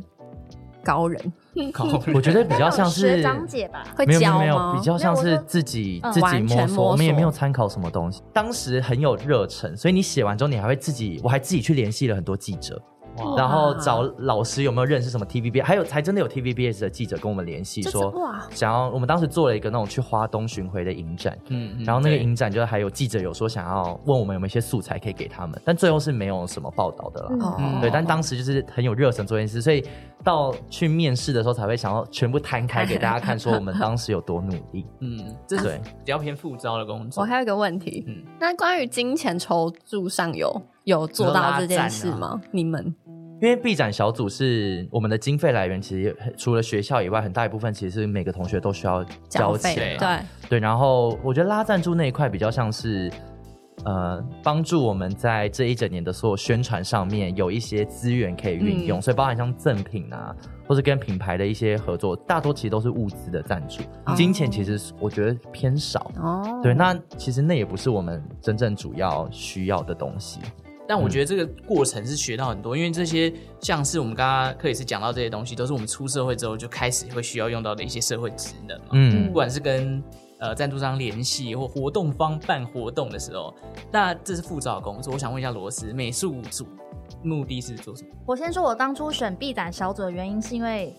[SPEAKER 4] 高人
[SPEAKER 1] 靠
[SPEAKER 3] 我觉 得比较像
[SPEAKER 2] 那种
[SPEAKER 3] 是
[SPEAKER 2] 学长姐吧，
[SPEAKER 4] 会
[SPEAKER 3] 没有没有
[SPEAKER 4] 教
[SPEAKER 3] 没有，
[SPEAKER 4] 吗？
[SPEAKER 3] 比较像
[SPEAKER 2] 没有
[SPEAKER 3] 是
[SPEAKER 2] 我就
[SPEAKER 3] 自己
[SPEAKER 2] 嗯
[SPEAKER 3] 自己
[SPEAKER 4] 完全
[SPEAKER 3] 摸
[SPEAKER 4] 摸
[SPEAKER 3] 索，我们也
[SPEAKER 4] 索
[SPEAKER 3] 没有参考什么东西。当时很有热忱，所以你写完之后，你还会自己，我还自己去联系了很多记者，
[SPEAKER 1] 哇
[SPEAKER 3] 然后找老师有没有认识什么 TVB，还有还真的有 TVBS 的记者跟我们联系
[SPEAKER 4] 这
[SPEAKER 3] 说
[SPEAKER 4] 次，哇
[SPEAKER 3] 想要我们当时做了一个那种去花东巡回的影展，
[SPEAKER 1] 嗯嗯
[SPEAKER 3] 然后那个
[SPEAKER 1] 对
[SPEAKER 3] 影展就是还有记者有说想要问我们有没有一些素材可以给他们，但最后是没有什么报道的啦。
[SPEAKER 2] 嗯
[SPEAKER 4] 哦
[SPEAKER 3] 对，但当时就是很有热忱做这件事，所以到去面试的时候才会想要全部摊开给大家看，说我们当时有多努力。
[SPEAKER 1] 嗯，这是
[SPEAKER 3] 对
[SPEAKER 1] 比较偏副招的工作。
[SPEAKER 4] 我还有一个问题，
[SPEAKER 1] 嗯
[SPEAKER 4] 那关于金钱筹助上有有做到这件事吗？
[SPEAKER 3] 啊
[SPEAKER 4] 你们
[SPEAKER 3] 因为毕展小组是我们的经费来源，其实除了学校以外，很大一部分其实是每个同学都需要交
[SPEAKER 4] 费
[SPEAKER 3] 钱
[SPEAKER 1] 对
[SPEAKER 3] 啊。
[SPEAKER 4] 对，
[SPEAKER 3] 对，然后我觉得拉赞助那一块比较像是，呃，帮助我们在这一整年的所有宣传上面有一些资源可以运用，
[SPEAKER 4] 嗯
[SPEAKER 3] 所以包含像赠品啊，或是跟品牌的一些合作，大多其实都是物资的赞助，
[SPEAKER 4] 哦
[SPEAKER 3] 金钱其实是我觉得偏少。
[SPEAKER 4] 哦，
[SPEAKER 3] 对，那其实那也不是我们真正主要需要的东西。
[SPEAKER 1] 但我觉得这个过程是学到很多，因为这些像是我们刚刚克里斯讲到这些东西，都是我们出社会之后就开始会需要用到的一些社会职能嘛。
[SPEAKER 3] 嗯
[SPEAKER 1] 不管是跟呃赞助商联系，或活动方办活动的时候，那这是副招的工作。我想问一下罗斯，美术组目的是做什么？
[SPEAKER 2] 我先说，我当初选 B 展小组的原因是因为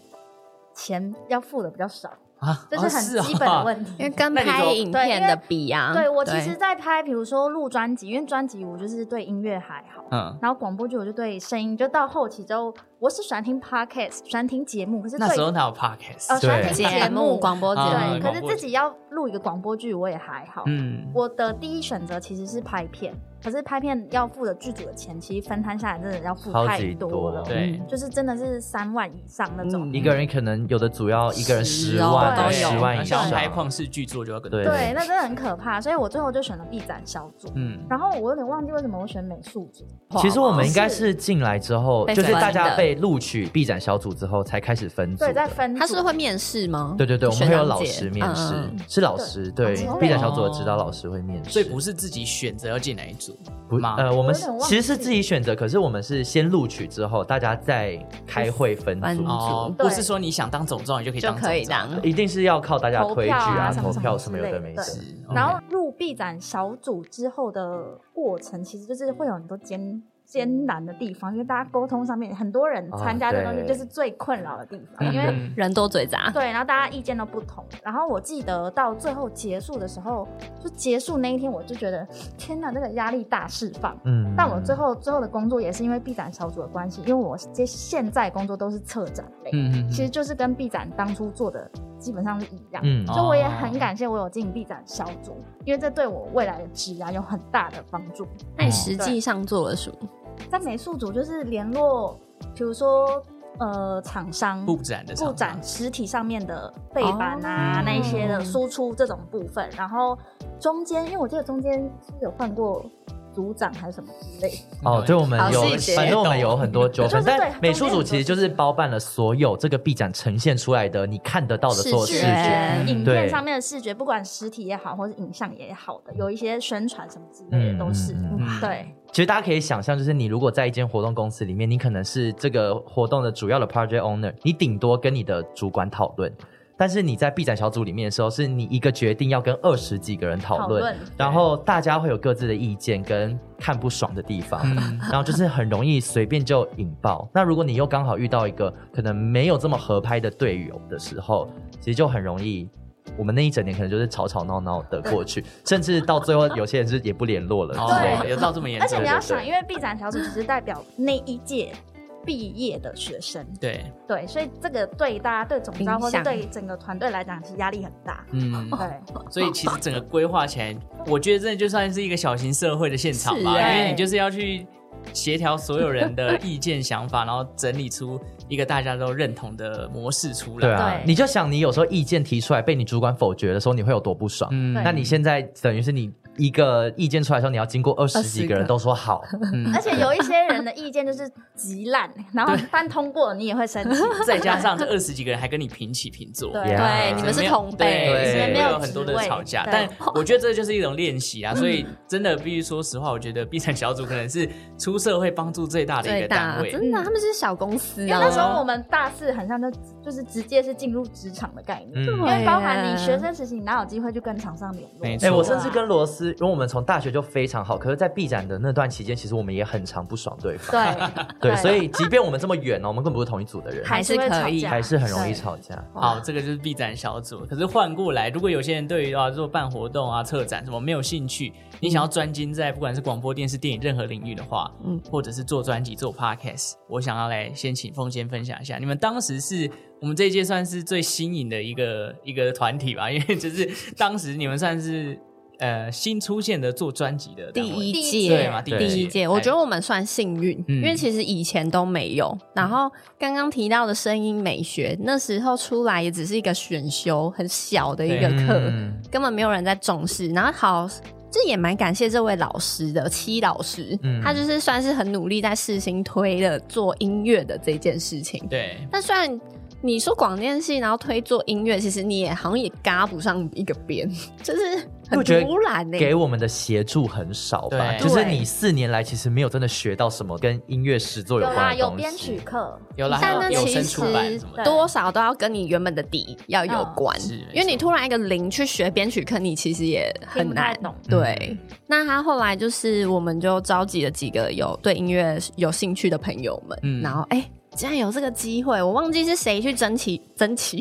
[SPEAKER 2] 钱要付的比较少，
[SPEAKER 1] 啊
[SPEAKER 3] 哦
[SPEAKER 2] 这是很基本的问题。
[SPEAKER 4] 因为跟
[SPEAKER 1] 那你
[SPEAKER 4] 拍
[SPEAKER 1] 说
[SPEAKER 4] 影片的比啊，
[SPEAKER 2] 嗯对我其实，在拍，比如说录专辑，因为专辑我就是对音乐还好，
[SPEAKER 1] 嗯，
[SPEAKER 2] 然后广播剧我就对声音，就到后期之后，我是喜欢听 podcast，喜欢听节目，可是对
[SPEAKER 1] 那时候哪有
[SPEAKER 2] 呃
[SPEAKER 1] podcast？
[SPEAKER 2] 喜欢
[SPEAKER 3] 对
[SPEAKER 2] 听
[SPEAKER 4] 节目广播节
[SPEAKER 1] 啊
[SPEAKER 2] 对，
[SPEAKER 4] 目
[SPEAKER 2] 可是自己要录一个广播剧我也还好。
[SPEAKER 3] 哦
[SPEAKER 1] 嗯，
[SPEAKER 2] 我的第一选择其实是拍片，可是拍片要付的剧组的钱，其实分摊下来真的要付
[SPEAKER 3] 嗯超
[SPEAKER 2] 太
[SPEAKER 3] 级
[SPEAKER 2] 多了，
[SPEAKER 3] 多
[SPEAKER 1] 对
[SPEAKER 2] 就是真的是三万以上那种。
[SPEAKER 4] 嗯
[SPEAKER 3] 一个人可能有的组要一个人
[SPEAKER 4] 十
[SPEAKER 3] 十
[SPEAKER 4] 哦
[SPEAKER 3] 万、
[SPEAKER 2] 对
[SPEAKER 3] 十万以
[SPEAKER 1] 想
[SPEAKER 3] 上
[SPEAKER 1] 要，拍旷世巨作就要跟
[SPEAKER 3] 对
[SPEAKER 2] 对，那真的很可怕，所以我最后就选了 B 展小组。
[SPEAKER 1] 嗯，
[SPEAKER 2] 然后我有点忘记为什么我选美术组，
[SPEAKER 3] 其实我们应该
[SPEAKER 2] 是
[SPEAKER 3] 是进来之后，
[SPEAKER 4] 哦被
[SPEAKER 3] 就是
[SPEAKER 4] 分
[SPEAKER 3] 大家
[SPEAKER 4] 的
[SPEAKER 3] 被录取毕展小组之后才开始分组
[SPEAKER 2] 对，
[SPEAKER 3] 的。
[SPEAKER 2] 在分
[SPEAKER 4] 他是
[SPEAKER 2] 组
[SPEAKER 4] 会面试吗？
[SPEAKER 3] 对对对，我们
[SPEAKER 4] 学
[SPEAKER 3] 会有
[SPEAKER 4] 长
[SPEAKER 3] 老
[SPEAKER 4] 姐
[SPEAKER 3] 师面试
[SPEAKER 4] 嗯嗯，
[SPEAKER 3] 是老师对
[SPEAKER 2] 哦
[SPEAKER 3] 毕展小组的指导老师会面试，
[SPEAKER 1] 所以不是自己选择要进哪一组，
[SPEAKER 3] 不
[SPEAKER 1] 吗
[SPEAKER 3] 呃，我们
[SPEAKER 2] 我有点忘记
[SPEAKER 3] 其实是自己选择，可是我们是先录取之后，大家再开会分
[SPEAKER 4] 分
[SPEAKER 3] 组
[SPEAKER 4] 组，
[SPEAKER 1] 哦，
[SPEAKER 2] 嗯对
[SPEAKER 1] 不是说你想当总召你就可以
[SPEAKER 4] 就
[SPEAKER 1] 当
[SPEAKER 4] 可以
[SPEAKER 1] 总召嗯
[SPEAKER 4] 当
[SPEAKER 3] 一定是要靠大家
[SPEAKER 2] 投
[SPEAKER 3] 推举
[SPEAKER 2] 票啊
[SPEAKER 3] 啊、
[SPEAKER 2] 什
[SPEAKER 3] 投
[SPEAKER 2] 么
[SPEAKER 3] 票
[SPEAKER 2] 什
[SPEAKER 3] 什
[SPEAKER 2] 么
[SPEAKER 3] 么
[SPEAKER 2] 之
[SPEAKER 3] 有的
[SPEAKER 2] 类
[SPEAKER 3] 没
[SPEAKER 2] 的
[SPEAKER 3] 事。
[SPEAKER 2] 然后入 B 展小组之后的过程，其实就是会有很多艰艰难的地方，因为大家沟通上面，很多人参加这个东
[SPEAKER 3] 嗯
[SPEAKER 2] 西
[SPEAKER 3] 啊对
[SPEAKER 2] 就是最困扰的地方，因 为
[SPEAKER 1] 嗯
[SPEAKER 4] 人多嘴杂，
[SPEAKER 2] 对，然后大家意见都不同。然后我记得到最后结束的时候，就结束那一天，我就觉得天哪，这个压力大释放。
[SPEAKER 3] 嗯
[SPEAKER 2] 但我最后最后的工作也是因为 B 展小组的关系，因为我接现在工作都是策展类，
[SPEAKER 1] 嗯嗯
[SPEAKER 2] 其实就是跟 B 展当初做的基本上是一样。
[SPEAKER 3] 嗯
[SPEAKER 1] 哦
[SPEAKER 2] 所以我也很感谢我有进 B 展小组，因为这对我未来的职涯有很大的帮助。
[SPEAKER 4] 那你实际上做了什
[SPEAKER 3] 嗯
[SPEAKER 4] 么？
[SPEAKER 2] 在美术组就是联络，比如说呃厂商
[SPEAKER 1] 布展的厂商
[SPEAKER 2] 布展实体上面的背板啊、
[SPEAKER 1] 哦
[SPEAKER 2] 那一些的
[SPEAKER 4] 嗯
[SPEAKER 2] 输出这种部分，然后中间因为我记得中间是不是有换过组长还是什么之类的。
[SPEAKER 3] 哦，对，我们
[SPEAKER 4] 好
[SPEAKER 3] 有
[SPEAKER 4] 细，节
[SPEAKER 3] 反正我们有很多纠
[SPEAKER 2] 就
[SPEAKER 3] 纷
[SPEAKER 2] 是，对
[SPEAKER 3] 但
[SPEAKER 2] 中间
[SPEAKER 3] 美术
[SPEAKER 2] 很
[SPEAKER 3] 组
[SPEAKER 2] 多
[SPEAKER 3] 其实就
[SPEAKER 2] 纠
[SPEAKER 3] 是
[SPEAKER 2] 纷
[SPEAKER 3] 包办了所有这个毕展呈现出来的你看得到的所有
[SPEAKER 4] 视
[SPEAKER 3] 哦视
[SPEAKER 4] 觉
[SPEAKER 3] 觉，
[SPEAKER 4] 嗯
[SPEAKER 2] 影
[SPEAKER 3] 对
[SPEAKER 2] 片上面的视觉，不管实体也好，或是影像也好的，有一些宣传什么之类
[SPEAKER 3] 嗯
[SPEAKER 2] 的都是。
[SPEAKER 3] 嗯
[SPEAKER 1] 嗯嗯
[SPEAKER 2] 对，
[SPEAKER 3] 其实大家可以想象，就是你如果在一间活动公司里面，你可能是这个活动的主要的 project owner，你顶多跟你的主管讨论。但是你在 B 展小组里面的时候，是你一个决定要跟二十几个人讨
[SPEAKER 2] 讨
[SPEAKER 3] 论
[SPEAKER 2] 论，
[SPEAKER 3] 然后大家会有各自的意见跟看不爽的地方，
[SPEAKER 1] 嗯
[SPEAKER 3] 然后就是很容易随便就引爆。那如果你又刚好遇到一个可能没有这么合拍的队友的时候，其实就很容易。我们那一整年可能就是吵吵闹闹的过去，甚至到最后有些人是也不联络了之类
[SPEAKER 1] 哦，
[SPEAKER 3] 的。
[SPEAKER 1] 有到这么严
[SPEAKER 2] 而且
[SPEAKER 1] 重
[SPEAKER 2] 你？要
[SPEAKER 3] 对对
[SPEAKER 2] 想，因为 B 展小组只是代表那一届毕业的学生，
[SPEAKER 1] 对，
[SPEAKER 2] 对，所以这个对大家、对总招
[SPEAKER 4] 影
[SPEAKER 2] 或
[SPEAKER 4] 响哦
[SPEAKER 2] 是对整个团队来讲，其实压力很大。
[SPEAKER 1] 嗯，
[SPEAKER 2] 对，
[SPEAKER 1] 所以其实整个规划起来，我觉得真的就算是一个小型社会的现场吧，
[SPEAKER 4] 是欸
[SPEAKER 1] 因为你就是要去协调所有人的意见、想法，然后整理出一个大家都认同的模式出来。
[SPEAKER 3] 对啊，
[SPEAKER 2] 对
[SPEAKER 3] 你就想你有时候意见提出来被你主管否决的时候，你会有多不爽？
[SPEAKER 1] 嗯
[SPEAKER 3] 那你现在等于是你一个意见出来的时候，你要经过二十几个人都说 好，
[SPEAKER 2] 而且有一些人的意见就是极烂，然后但通过你也会生气。
[SPEAKER 1] 再加上这二十几个人还跟你平起平坐，
[SPEAKER 2] 对
[SPEAKER 1] 所以
[SPEAKER 3] Yeah
[SPEAKER 4] 对，你们是
[SPEAKER 1] 没有
[SPEAKER 4] 同辈，
[SPEAKER 1] 对，所以
[SPEAKER 3] 对
[SPEAKER 1] 会有很多的吵架。
[SPEAKER 2] 对
[SPEAKER 1] 但我觉得这就是一种练习
[SPEAKER 4] 嗯
[SPEAKER 1] 啊，所以真的必须说实话，我觉得 B 站小组可能是出社会帮助最大的一
[SPEAKER 4] 最
[SPEAKER 1] 个
[SPEAKER 4] 大啊嗯
[SPEAKER 1] 单位。
[SPEAKER 4] 真的，他们是小公司啊。
[SPEAKER 2] 因为那时候我们大四很像就就是直接是进入职场的概念，
[SPEAKER 3] 嗯
[SPEAKER 4] 啊
[SPEAKER 2] 因为包含你学生时期，你哪有机会去跟厂商联络？啊
[SPEAKER 1] 没错
[SPEAKER 3] 哎、我甚至跟罗斯司，因为我们从大学就非常好，可是，在 B 展的那段期间，其实我们也很常不爽对方。
[SPEAKER 2] 对
[SPEAKER 3] 对，啊所以即便我们这么远哦呢，我们根本不是同一组的人，
[SPEAKER 4] 还是
[SPEAKER 2] 会
[SPEAKER 4] 可以
[SPEAKER 2] 吵架
[SPEAKER 3] 还是很容
[SPEAKER 2] 对
[SPEAKER 3] 易吵架。
[SPEAKER 1] 好，这个就是 B 展小组。可是换过来，如果有些人对于啊做办活动啊、策展什么没有兴趣，你想要专精在不管是广播电视、电影任何领域的话，嗯
[SPEAKER 4] 嗯，
[SPEAKER 1] 或者是做专辑、做 podcast，我想要来先请凤仙分享一下，你们当时是我们这一届算是最新颖的一个一个团体吧，因为就是当时你们算是呃新出现的做专辑的单
[SPEAKER 4] 第
[SPEAKER 1] 位
[SPEAKER 4] 一
[SPEAKER 2] 第一届
[SPEAKER 4] 届
[SPEAKER 1] 对嘛，
[SPEAKER 3] 对哎
[SPEAKER 4] 第一届，我觉
[SPEAKER 1] 哎
[SPEAKER 4] 得我们算幸运，
[SPEAKER 1] 嗯
[SPEAKER 4] 因为其实以前都没
[SPEAKER 3] 嗯
[SPEAKER 4] 有。然后刚刚提到的声音美学，那时候出来也只是一个选修，很小的一个课，
[SPEAKER 3] 嗯
[SPEAKER 4] 根本没有人在重视。然后好，这也蛮感谢这位老师的戚老师，
[SPEAKER 3] 嗯
[SPEAKER 4] 他就是算是很努力在试新推了做音乐的这件事情
[SPEAKER 1] 哎。对
[SPEAKER 4] 但虽然你说广电系，然后推做音乐，其实你也好像也嘎不上一个边， 就是
[SPEAKER 3] 因为
[SPEAKER 4] 很
[SPEAKER 3] 我觉得
[SPEAKER 4] 突然欸呢、
[SPEAKER 3] 给我们的协助很少吧，
[SPEAKER 1] 对
[SPEAKER 3] 就是你四年来其实没有真的学到什么跟音乐实作
[SPEAKER 2] 有
[SPEAKER 3] 关
[SPEAKER 2] 啦，
[SPEAKER 3] 的
[SPEAKER 2] 有
[SPEAKER 3] 东
[SPEAKER 2] 编曲
[SPEAKER 3] 西。
[SPEAKER 2] 课，
[SPEAKER 1] 有啦，
[SPEAKER 4] 但那
[SPEAKER 1] 还啊有有
[SPEAKER 4] 其
[SPEAKER 1] 声出版
[SPEAKER 4] 实
[SPEAKER 1] 什么
[SPEAKER 2] 对
[SPEAKER 1] 的，
[SPEAKER 4] 多少都要跟你原本的底要有关
[SPEAKER 1] 嗯是没，
[SPEAKER 4] 因为你突然一个零去学编曲课，你其实也很难
[SPEAKER 2] 听不太懂。
[SPEAKER 4] 对，那他后来就是我们就召集了几个有对音乐有兴趣的朋友们，
[SPEAKER 1] 嗯
[SPEAKER 4] 然后哎。竟然有这个机会，我忘记是谁去争取、 争取、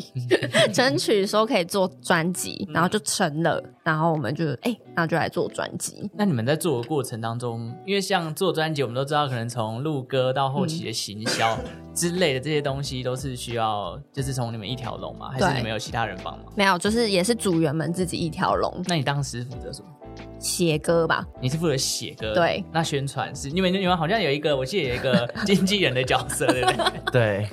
[SPEAKER 4] 争取说可以做专辑，然后就成了。然后我们就哎、那就来做专辑。
[SPEAKER 1] 那你们在做的过程当中，因为像做专辑，我们都知道，可能从录歌到后期
[SPEAKER 4] 嗯
[SPEAKER 1] 的行销之类的这些东西，都是需要就是从你们一条龙吗？还是
[SPEAKER 4] 对
[SPEAKER 1] 你们有其他人帮忙？
[SPEAKER 4] 没有，就是也是组员们自己一条龙
[SPEAKER 1] 那你当时负责什么？
[SPEAKER 4] 写歌吧，
[SPEAKER 1] 你是负责写歌，
[SPEAKER 4] 对。
[SPEAKER 1] 那宣传是，因为你们好像有一个，我记得有一个经纪人的角色，对不 对？
[SPEAKER 3] 对，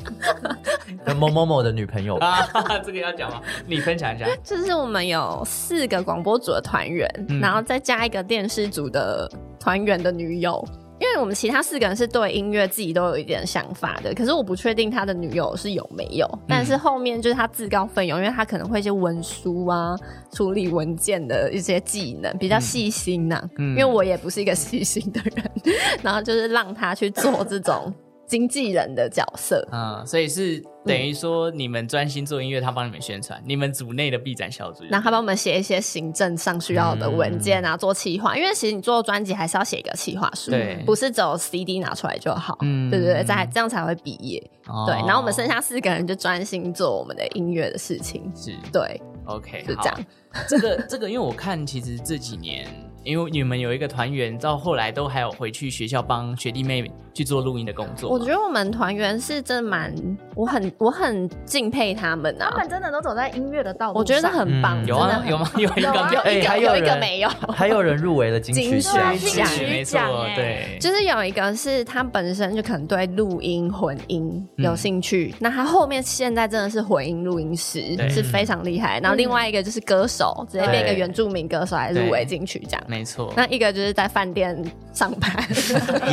[SPEAKER 3] 跟某某某的女朋友吧，
[SPEAKER 1] 啊，这个要讲吗？你分享一下。
[SPEAKER 4] 就是我们有四个广播组的团员，
[SPEAKER 1] 嗯
[SPEAKER 4] 然后再加一个电视组的团员的女友。因为我们其他四个人是对音乐自己都有一点想法的，可是我不确定他的女友是有没有。
[SPEAKER 1] 嗯
[SPEAKER 4] 但是后面就是他自告奋勇，因为他可能会一些文书啊、处理文件的一些技能，比较细心呐、
[SPEAKER 1] 嗯
[SPEAKER 4] 因为我也不是一个细心的人， 然后就是让他去做这种经纪人的角色。
[SPEAKER 1] 嗯，所以是等于说你们专心做音乐，他帮你们宣传，你们组内的臂展小组，
[SPEAKER 4] 然后他帮我们写一些行政上需要的文件
[SPEAKER 1] 嗯
[SPEAKER 4] 啊，做企划，因为其实你做专辑还是要写一个企划书
[SPEAKER 1] 对，
[SPEAKER 4] 不是只有 CD 拿出来就好，
[SPEAKER 1] 嗯
[SPEAKER 4] 对对对，才这样才会毕业。
[SPEAKER 1] 哦
[SPEAKER 4] 对，然后我们剩下四个人就专心做我们的音乐的事情，
[SPEAKER 1] 是
[SPEAKER 4] 对，
[SPEAKER 1] OK，
[SPEAKER 4] 是
[SPEAKER 1] 好
[SPEAKER 4] 这 样。
[SPEAKER 1] 这个这个，因为我看其实这几年，因为你们有一个团员，到后来都还有回去学校帮学弟妹去做录音的工作嘛。
[SPEAKER 4] 我觉得我们团员是真的蛮，我很我很敬佩他们
[SPEAKER 2] 他
[SPEAKER 4] 啊，
[SPEAKER 2] 们真的都走在音乐的道路上，
[SPEAKER 4] 我觉得很棒，
[SPEAKER 3] 嗯
[SPEAKER 1] 有
[SPEAKER 4] 真的
[SPEAKER 1] 啊，
[SPEAKER 4] 很
[SPEAKER 1] 有吗？有一
[SPEAKER 2] 有
[SPEAKER 1] 个
[SPEAKER 2] 啊
[SPEAKER 1] 没有
[SPEAKER 4] 有一
[SPEAKER 3] 哎还
[SPEAKER 4] 个
[SPEAKER 3] 有
[SPEAKER 4] 有一个
[SPEAKER 3] 人
[SPEAKER 4] 没有，
[SPEAKER 3] 还有人入围了金曲
[SPEAKER 4] 金曲
[SPEAKER 2] 金
[SPEAKER 3] 奖，
[SPEAKER 1] 是
[SPEAKER 2] 曲
[SPEAKER 1] 是没
[SPEAKER 2] 奖
[SPEAKER 1] 错，
[SPEAKER 2] 哎
[SPEAKER 1] 对，
[SPEAKER 4] 欸就是有一个是他本身就可能对录音混音
[SPEAKER 1] 嗯
[SPEAKER 4] 有兴趣，那他后面现在真的是混音录音师
[SPEAKER 1] 对，
[SPEAKER 4] 是非常厉害。
[SPEAKER 3] 嗯
[SPEAKER 4] 然后另外一个就是歌手，直接变一个原住民歌手来入哎围金曲奖。
[SPEAKER 1] 没错，
[SPEAKER 4] 那一个就是在饭店上班，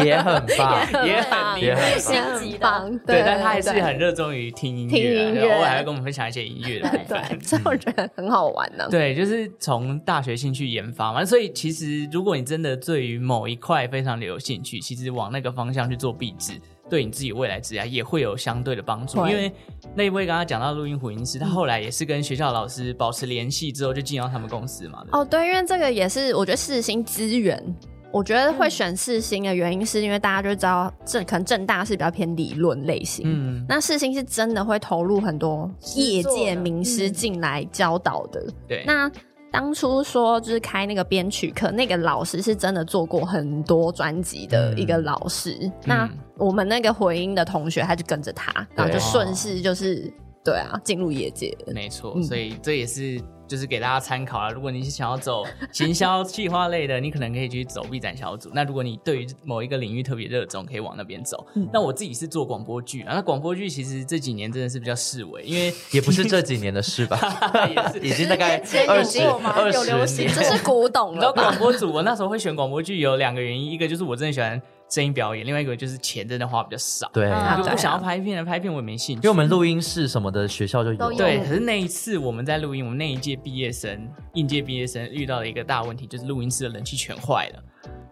[SPEAKER 3] 也很棒。
[SPEAKER 1] 也 很厉
[SPEAKER 3] 也
[SPEAKER 1] 害
[SPEAKER 3] 很。
[SPEAKER 2] 星级
[SPEAKER 4] 很
[SPEAKER 2] 的，
[SPEAKER 4] 棒，
[SPEAKER 1] 对，但他还是
[SPEAKER 4] 对
[SPEAKER 1] 很热衷于听音
[SPEAKER 4] 听
[SPEAKER 1] 乐啊，
[SPEAKER 4] 音
[SPEAKER 1] 然后
[SPEAKER 4] 乐
[SPEAKER 1] 偶尔还会跟我们分享一些音乐的部分。
[SPEAKER 4] 对，所以我觉得很好玩呢。
[SPEAKER 1] 对，就是从大学兴趣研发嘛，所以其实如果你真的对于某一块非常的有兴趣，其实往那个方向去做壁纸，对你自己未来职业也会有相对的帮助。
[SPEAKER 4] 会嗯
[SPEAKER 1] 因为那一位刚刚讲到录音混音师，他后来也是跟学校老师保持联系之后，就进到他们公司嘛。对不对
[SPEAKER 4] 哦，对，因为这个也是我觉得四星资源，我觉得会选四星的原因是因为大家就知道正可能正大是比较偏理论类型，
[SPEAKER 1] 嗯，
[SPEAKER 4] 那世新是真的会投入很多业界名师进来教导的。
[SPEAKER 1] 对，
[SPEAKER 4] 那当初说就是开那个编曲课，那个老师是真的做过很多专辑的一个老师。那我们那个回音的同学，他就跟着他，然后就顺势就是对啊，进入业 界了。
[SPEAKER 1] 没错，
[SPEAKER 4] 嗯
[SPEAKER 1] 所以这也是就是给大家参考啊。如果你是想要走行销企划类的，你可能可以去走 B 展小组。那如果你对于某一个领域特别热衷，可以往那边走。那我自己是做广播剧啊，那广播剧其实这几年真的是比较视为，因为
[SPEAKER 3] 也不是这几年的事吧，
[SPEAKER 1] 也是
[SPEAKER 3] 已经大概
[SPEAKER 2] 之前有
[SPEAKER 3] 二十
[SPEAKER 2] 过吗
[SPEAKER 3] 二
[SPEAKER 2] 有流行
[SPEAKER 3] 十年
[SPEAKER 4] 这是古董
[SPEAKER 1] 你知道
[SPEAKER 4] 了吧
[SPEAKER 1] 广？播组，我那时候会选广播剧有两个原因，一个就是我真的喜欢声音表演，另外一个就是钱真的花比较少，
[SPEAKER 3] 对，
[SPEAKER 2] 嗯
[SPEAKER 1] 我就不想要拍片了，拍片我也没兴趣。
[SPEAKER 3] 因为我们录音室什么的学校就有
[SPEAKER 2] 都
[SPEAKER 3] 了，
[SPEAKER 4] 哦
[SPEAKER 2] 有
[SPEAKER 1] 对，可是那一次我们在录音，我们那一届毕业生、应届毕业生遇到了一个大问题，就是录音室的冷气全坏了。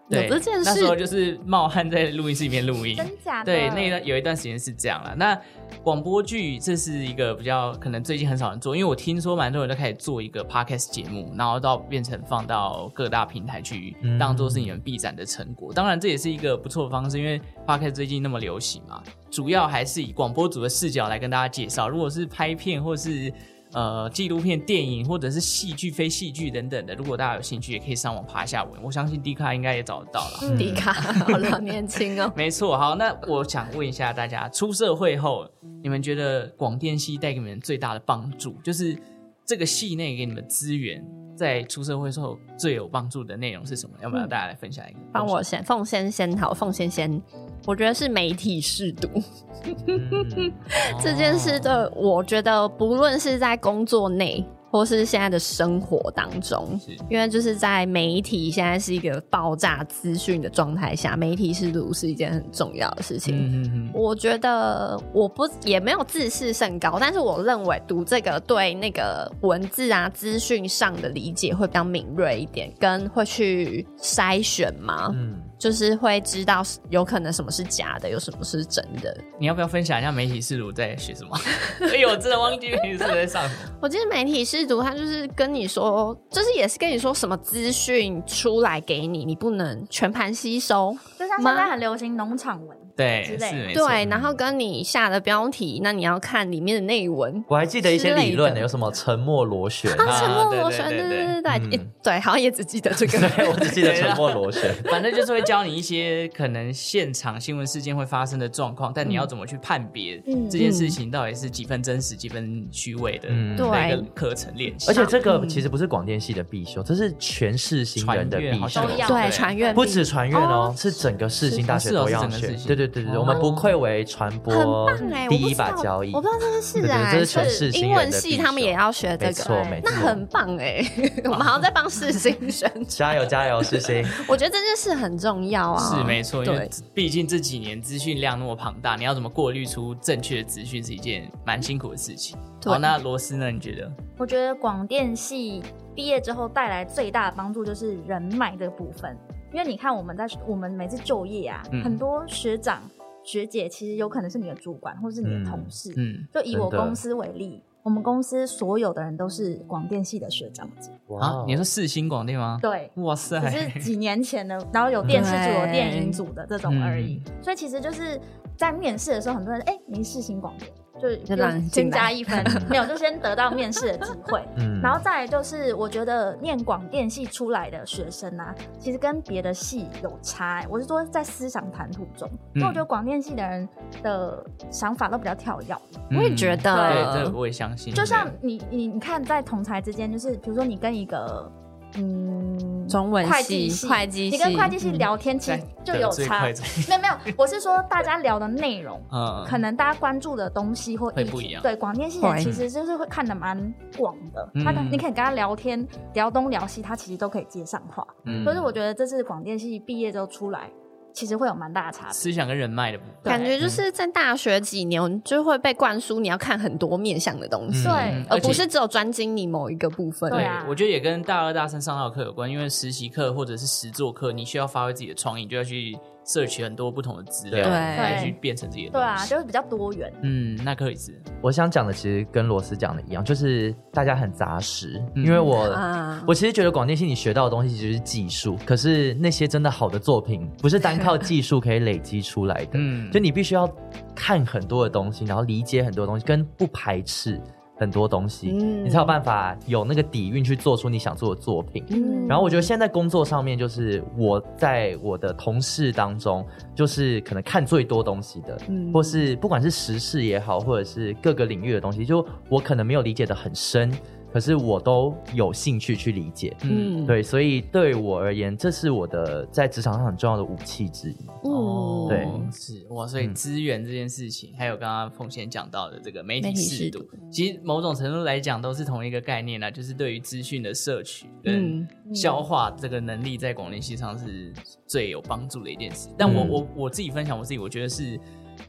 [SPEAKER 1] 对，
[SPEAKER 4] 有这件事
[SPEAKER 1] 那时候就是冒汗在录音室里面录音。
[SPEAKER 2] 真假的？
[SPEAKER 1] 对，那一段有一段时间是这样了。那广播剧这是一个比较可能最近很少人做，因为我听说蛮多人都开始做一个 podcast 节目，然后到变成放到各大平台去
[SPEAKER 3] 嗯
[SPEAKER 1] 当做是你们必展的成果。当然，这也是一个不错的方式，因为 podcast 最近那么流行嘛，主要还是以广播组的视角来跟大家介绍。如果是拍片或是呃纪录片、电影或者是戏剧、非戏剧等等的，如果大家有兴趣，也可以上网爬一下文。我相信 D 卡应该也找得到了。
[SPEAKER 4] 迪 卡，好了，年轻哦。
[SPEAKER 1] 没错，好，那我想问一下大家，出社会后，你们觉得广电系带给你们最大的帮助，就是这个系内给你们资源，在出社会之后最有帮助的内容是什么？要不要大家来分享一个？
[SPEAKER 4] 帮
[SPEAKER 2] 嗯
[SPEAKER 4] 我先，凤仙仙好，凤仙仙，我觉得是媒体试读、
[SPEAKER 3] 嗯
[SPEAKER 4] 这件事对，我觉得不论是在工作内，或是现在的生活当中
[SPEAKER 1] 是，
[SPEAKER 4] 因为就是在媒体现在是一个爆炸资讯的状态下，媒体试读是一件很重要的事情。
[SPEAKER 1] 嗯嗯嗯，
[SPEAKER 4] 我觉得我不也没有自视甚高，但是我认为读这个对那个文字啊、资讯上的理解会比较敏锐一点，跟会去筛选
[SPEAKER 2] 哦
[SPEAKER 4] 嘛，
[SPEAKER 3] 嗯，
[SPEAKER 4] 就是会知道是有可能什么是假的，有什么是真的。
[SPEAKER 1] 你要不要分享一下媒体试读在学什么？ 哎呦，我真的忘记媒体试读在上什么。
[SPEAKER 4] 我记得媒体试读，他就是跟你说，就是也是跟你说什么资讯出来给你，你不能全盘吸收。
[SPEAKER 2] 就像现在很流行农场文，
[SPEAKER 1] 对，
[SPEAKER 2] 之
[SPEAKER 1] 是
[SPEAKER 2] 类的
[SPEAKER 1] 没错。
[SPEAKER 4] 对，然后跟你下的标题，那你要看里面的内文。
[SPEAKER 3] 我还记得一些理
[SPEAKER 4] 之类
[SPEAKER 3] 论
[SPEAKER 4] 的
[SPEAKER 3] 呢，有什么沉默螺旋，
[SPEAKER 1] 啊
[SPEAKER 4] 啊，沉默
[SPEAKER 1] 对
[SPEAKER 4] 螺
[SPEAKER 1] 对
[SPEAKER 4] 旋，
[SPEAKER 1] 对
[SPEAKER 4] 对
[SPEAKER 1] 对
[SPEAKER 4] 对对对，
[SPEAKER 3] 嗯
[SPEAKER 4] 诶对，好像也只记得 这个。
[SPEAKER 3] 对我只记得沉默螺旋。
[SPEAKER 2] 啊
[SPEAKER 1] 反正就是会教你一些可能现场新闻事件会发生的状况，但你要怎么去判别
[SPEAKER 2] 嗯
[SPEAKER 1] 这件事情到底是几分真实、几分虚伪的
[SPEAKER 3] 嗯
[SPEAKER 1] 的一个
[SPEAKER 4] 对
[SPEAKER 1] 课程练习。
[SPEAKER 3] 而且这个
[SPEAKER 2] 嗯
[SPEAKER 3] 其实不是广电系的必修，这是全市新人的
[SPEAKER 1] 传阅
[SPEAKER 3] 必
[SPEAKER 1] 好
[SPEAKER 3] 修
[SPEAKER 1] 像，
[SPEAKER 2] 都要
[SPEAKER 4] 对，传阅
[SPEAKER 3] 不止传院哦
[SPEAKER 4] 哦，
[SPEAKER 3] 是整个世新大学
[SPEAKER 1] 是哦
[SPEAKER 3] 都
[SPEAKER 1] 是
[SPEAKER 3] 要
[SPEAKER 1] 整个
[SPEAKER 3] 学
[SPEAKER 1] 世。新
[SPEAKER 3] 对对对对，
[SPEAKER 1] 哦
[SPEAKER 3] 我们不愧为传
[SPEAKER 4] 很
[SPEAKER 3] 播
[SPEAKER 4] 棒哎，我
[SPEAKER 3] 第
[SPEAKER 4] 不
[SPEAKER 3] 一
[SPEAKER 4] 知
[SPEAKER 3] 把
[SPEAKER 4] 道
[SPEAKER 3] 交椅
[SPEAKER 4] 我不。知道这件事
[SPEAKER 3] 对对
[SPEAKER 4] 哎，
[SPEAKER 3] 这是全世新
[SPEAKER 4] 英
[SPEAKER 3] 人
[SPEAKER 4] 文
[SPEAKER 3] 的
[SPEAKER 4] 系
[SPEAKER 3] 必
[SPEAKER 4] 他们
[SPEAKER 3] 修
[SPEAKER 4] 也要学这个
[SPEAKER 3] 没错
[SPEAKER 4] 哎，
[SPEAKER 3] 没
[SPEAKER 4] 那
[SPEAKER 3] 错
[SPEAKER 4] 很棒哎，我们好像在帮世新宣传。
[SPEAKER 3] 加油加油，世新！
[SPEAKER 4] 我觉得这件事很重要啊，
[SPEAKER 1] 是没错，因为
[SPEAKER 4] 对，
[SPEAKER 1] 毕竟这几年资讯量那么庞大，你要怎么过滤出正确的资讯是一件蛮辛苦的事情。
[SPEAKER 4] 对
[SPEAKER 1] 好，那罗斯呢？你觉得？
[SPEAKER 2] 我觉得广电系毕业之后带来最大的帮助就是人脉的部分，因为你看我们在我们每次就业啊，
[SPEAKER 1] 嗯
[SPEAKER 2] 很多学长学姐其实有可能是你的主管或是你的同事。
[SPEAKER 1] 嗯，
[SPEAKER 2] 就以我
[SPEAKER 3] 真的
[SPEAKER 2] 公司为例，我们公司所有的人都是广电系的学长姐，
[SPEAKER 3] 哇
[SPEAKER 1] 啊，
[SPEAKER 3] 哦
[SPEAKER 1] 你说四星广电吗？
[SPEAKER 2] 对。
[SPEAKER 1] 哇塞，
[SPEAKER 2] 只是几年前的，然后有电视组、有电影组的这种而已。
[SPEAKER 4] 嗯
[SPEAKER 2] 所以其实就是在面试的时候，很多人哎，你是新广电，就是
[SPEAKER 4] 就让你
[SPEAKER 2] 先
[SPEAKER 4] 进来
[SPEAKER 2] 加 一分，没有就先得到面试的机会。
[SPEAKER 3] 嗯
[SPEAKER 2] 然后再来就是，我觉得念广电系出来的学生啊，其实跟别的系有差欸、我是说，在思想谈吐中，因为我觉得
[SPEAKER 4] 嗯
[SPEAKER 2] 广电系的人的想法都比较跳跃。
[SPEAKER 4] 我也觉
[SPEAKER 1] 得，嗯对，这
[SPEAKER 4] 得
[SPEAKER 1] 个我也相信。
[SPEAKER 2] 就像你你你看，在同才之间，就是比如说你跟一个嗯
[SPEAKER 4] 中文
[SPEAKER 2] 会
[SPEAKER 4] 系、
[SPEAKER 2] 计系，
[SPEAKER 4] 会计
[SPEAKER 2] 你
[SPEAKER 4] 系，嗯
[SPEAKER 2] 跟会计系聊天，其
[SPEAKER 1] 对
[SPEAKER 2] 实就有
[SPEAKER 1] 最
[SPEAKER 2] 差
[SPEAKER 1] 快。最
[SPEAKER 2] 没有没有，我是说大家聊的内容。
[SPEAKER 1] 嗯，
[SPEAKER 2] 可能大家关注的东西或
[SPEAKER 1] 会
[SPEAKER 2] 议题
[SPEAKER 1] 不一样
[SPEAKER 2] 对，广电系人
[SPEAKER 4] 会
[SPEAKER 2] 其实就是会看得蛮广的，
[SPEAKER 1] 嗯
[SPEAKER 2] 他的你可以跟他聊天，聊东聊西，他其实都可以接上话。
[SPEAKER 1] 嗯
[SPEAKER 2] 所以我觉得这次广电系毕业之后出来，其实会有蛮大的差别。
[SPEAKER 1] 思想跟人脉的部分。
[SPEAKER 4] 感觉就是在大学几年就会被灌输你要看很多面向的东西，
[SPEAKER 3] 嗯
[SPEAKER 2] 对
[SPEAKER 1] 嗯，
[SPEAKER 4] 而
[SPEAKER 1] 而且
[SPEAKER 4] 不是只有专精你某一个部分。
[SPEAKER 2] 对啊
[SPEAKER 1] 我觉得也跟大二大三上到的课有关，因为实习课或者是实作课，你需要发挥自己的创意，你就要去摄取很多不同的资料，
[SPEAKER 3] 对
[SPEAKER 1] 来去变成自己的
[SPEAKER 2] 对
[SPEAKER 1] 东
[SPEAKER 2] 啊，
[SPEAKER 1] 西。
[SPEAKER 2] 就是比较多元。
[SPEAKER 1] 嗯，那可以是，
[SPEAKER 3] 我想讲的其实跟罗斯讲的一样，就是大家很杂食，
[SPEAKER 1] 嗯
[SPEAKER 3] 因为我
[SPEAKER 4] 啊
[SPEAKER 3] 我其实觉得广电系你学到的东西其实是技术，可是那些真的好的作品不是单靠技术可以累积出来的，
[SPEAKER 1] 嗯，
[SPEAKER 3] 就你必须要看很多的东西，然后理解很多东西，跟不排斥很多东西，
[SPEAKER 4] 嗯
[SPEAKER 3] 你才有办法有那个底蕴去做出你想做的作品。
[SPEAKER 4] 嗯
[SPEAKER 3] 然后我觉得现在工作上面，就是我在我的同事当中，就是可能看最多东西的，
[SPEAKER 4] 嗯
[SPEAKER 3] 或是不管是时事也好，或者是各个领域的东西，就我可能没有理解的很深，可是我都有兴趣去理解。
[SPEAKER 1] 嗯，
[SPEAKER 3] 对，所以对我而言，这是我的在职场上很重要的武器之一。
[SPEAKER 4] 嗯
[SPEAKER 3] 哦对
[SPEAKER 1] 哦是哇，所以
[SPEAKER 3] 嗯
[SPEAKER 1] 资源这件事情，还有刚刚凤仙讲到的这个媒
[SPEAKER 4] 媒
[SPEAKER 1] 体
[SPEAKER 4] 体
[SPEAKER 1] 适
[SPEAKER 4] 适
[SPEAKER 1] 度
[SPEAKER 4] 度，
[SPEAKER 1] 其实某种程度来讲都是同一个概念啦，就是对于资讯的摄取跟消化这个能力，在广电系上是最有帮助的一件事。但我
[SPEAKER 3] 嗯
[SPEAKER 1] 我我自己分享我自己，我觉得是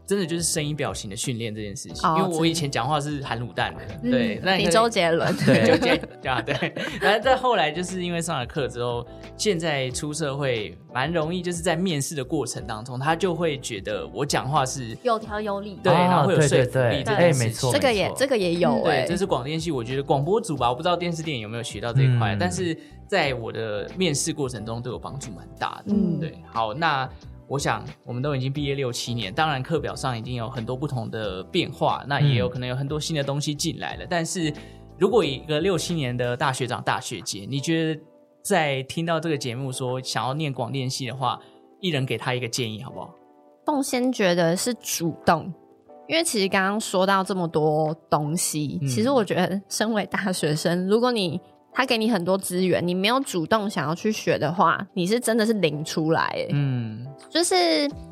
[SPEAKER 1] 真的就是声音表情的训练这件事情。
[SPEAKER 4] 哦
[SPEAKER 1] 因为我以前讲话是含卤蛋的，
[SPEAKER 2] 嗯
[SPEAKER 1] 对，那你
[SPEAKER 4] 你
[SPEAKER 1] 可能
[SPEAKER 4] 周 杰伦，
[SPEAKER 1] 对，就这对啊，对。 然后再后来，就是因为上了课之后，现在出社会蛮容易，就是在面试的过程当中，他就会觉得我讲话是
[SPEAKER 2] 有条有理。
[SPEAKER 1] 对，
[SPEAKER 4] 啊
[SPEAKER 3] 哦
[SPEAKER 1] 然后会有
[SPEAKER 3] 对
[SPEAKER 1] 说
[SPEAKER 3] 对
[SPEAKER 1] 服力
[SPEAKER 3] 对
[SPEAKER 1] 这
[SPEAKER 3] 哎
[SPEAKER 1] 件事情。
[SPEAKER 3] 没错
[SPEAKER 4] 这个也
[SPEAKER 3] 没错
[SPEAKER 4] 这个也有哎、
[SPEAKER 1] 嗯对，这是广电系，我觉得广播组吧，我不知道电视电影有没有学到这一块，
[SPEAKER 3] 嗯
[SPEAKER 1] 但是在我的面试过程中对我帮助蛮大的。
[SPEAKER 4] 嗯
[SPEAKER 1] 对，好，那我想我们都已经毕业六七年，当然课表上已经有很多不同的变化，那也有
[SPEAKER 3] 嗯
[SPEAKER 1] 可能有很多新的东西进来了。但是如果一个六七年的大学长、大学姐，你觉得在听到这个节目说想要念广电系的话，一人给他一个建议好不好？
[SPEAKER 4] 凤仙觉得是主动，因为其实刚刚说到这么多东西，
[SPEAKER 1] 嗯
[SPEAKER 4] 其实我觉得身为大学生，如果你他给你很多资源，你没有主动想要去学的话，你是真的是零出来、欸。
[SPEAKER 1] 嗯，
[SPEAKER 4] 就是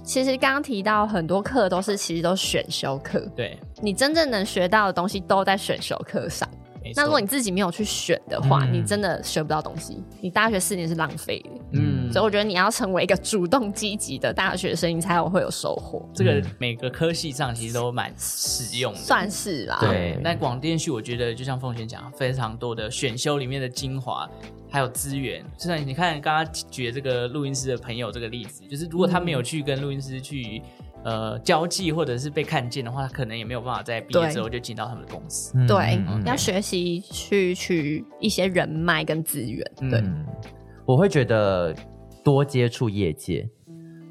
[SPEAKER 4] 其实刚刚提到很多课都是其实都选修课，
[SPEAKER 1] 对，
[SPEAKER 4] 你真正能学到的东西都在选修课上。
[SPEAKER 1] 没错
[SPEAKER 4] 那如果你自己没有去选的话，
[SPEAKER 3] 嗯
[SPEAKER 4] 你真的学不到东西，你大学四年是浪费的。
[SPEAKER 1] 嗯
[SPEAKER 4] 所以我觉得你要成为一个主动积极的大学生，你才有会有收获。
[SPEAKER 1] 这个每个科系上其实都蛮实用的。
[SPEAKER 4] 嗯算是啦。
[SPEAKER 3] 对
[SPEAKER 1] 但广电系我觉得就像凤贤讲，非常多的选修里面的精华，还有资源。就像你看刚刚举的这个录音师的朋友这个例子，就是如果他没
[SPEAKER 3] 嗯
[SPEAKER 1] 有去跟录音师去呃交际，或者是被看见的话，他可能也没有办法在毕业
[SPEAKER 4] 对
[SPEAKER 1] 之后就进到他们的公司。
[SPEAKER 3] 嗯
[SPEAKER 4] 对
[SPEAKER 3] 嗯，嗯
[SPEAKER 4] 要学习去去一些人脉跟资源。对，
[SPEAKER 3] 嗯，我会觉得多接触业界，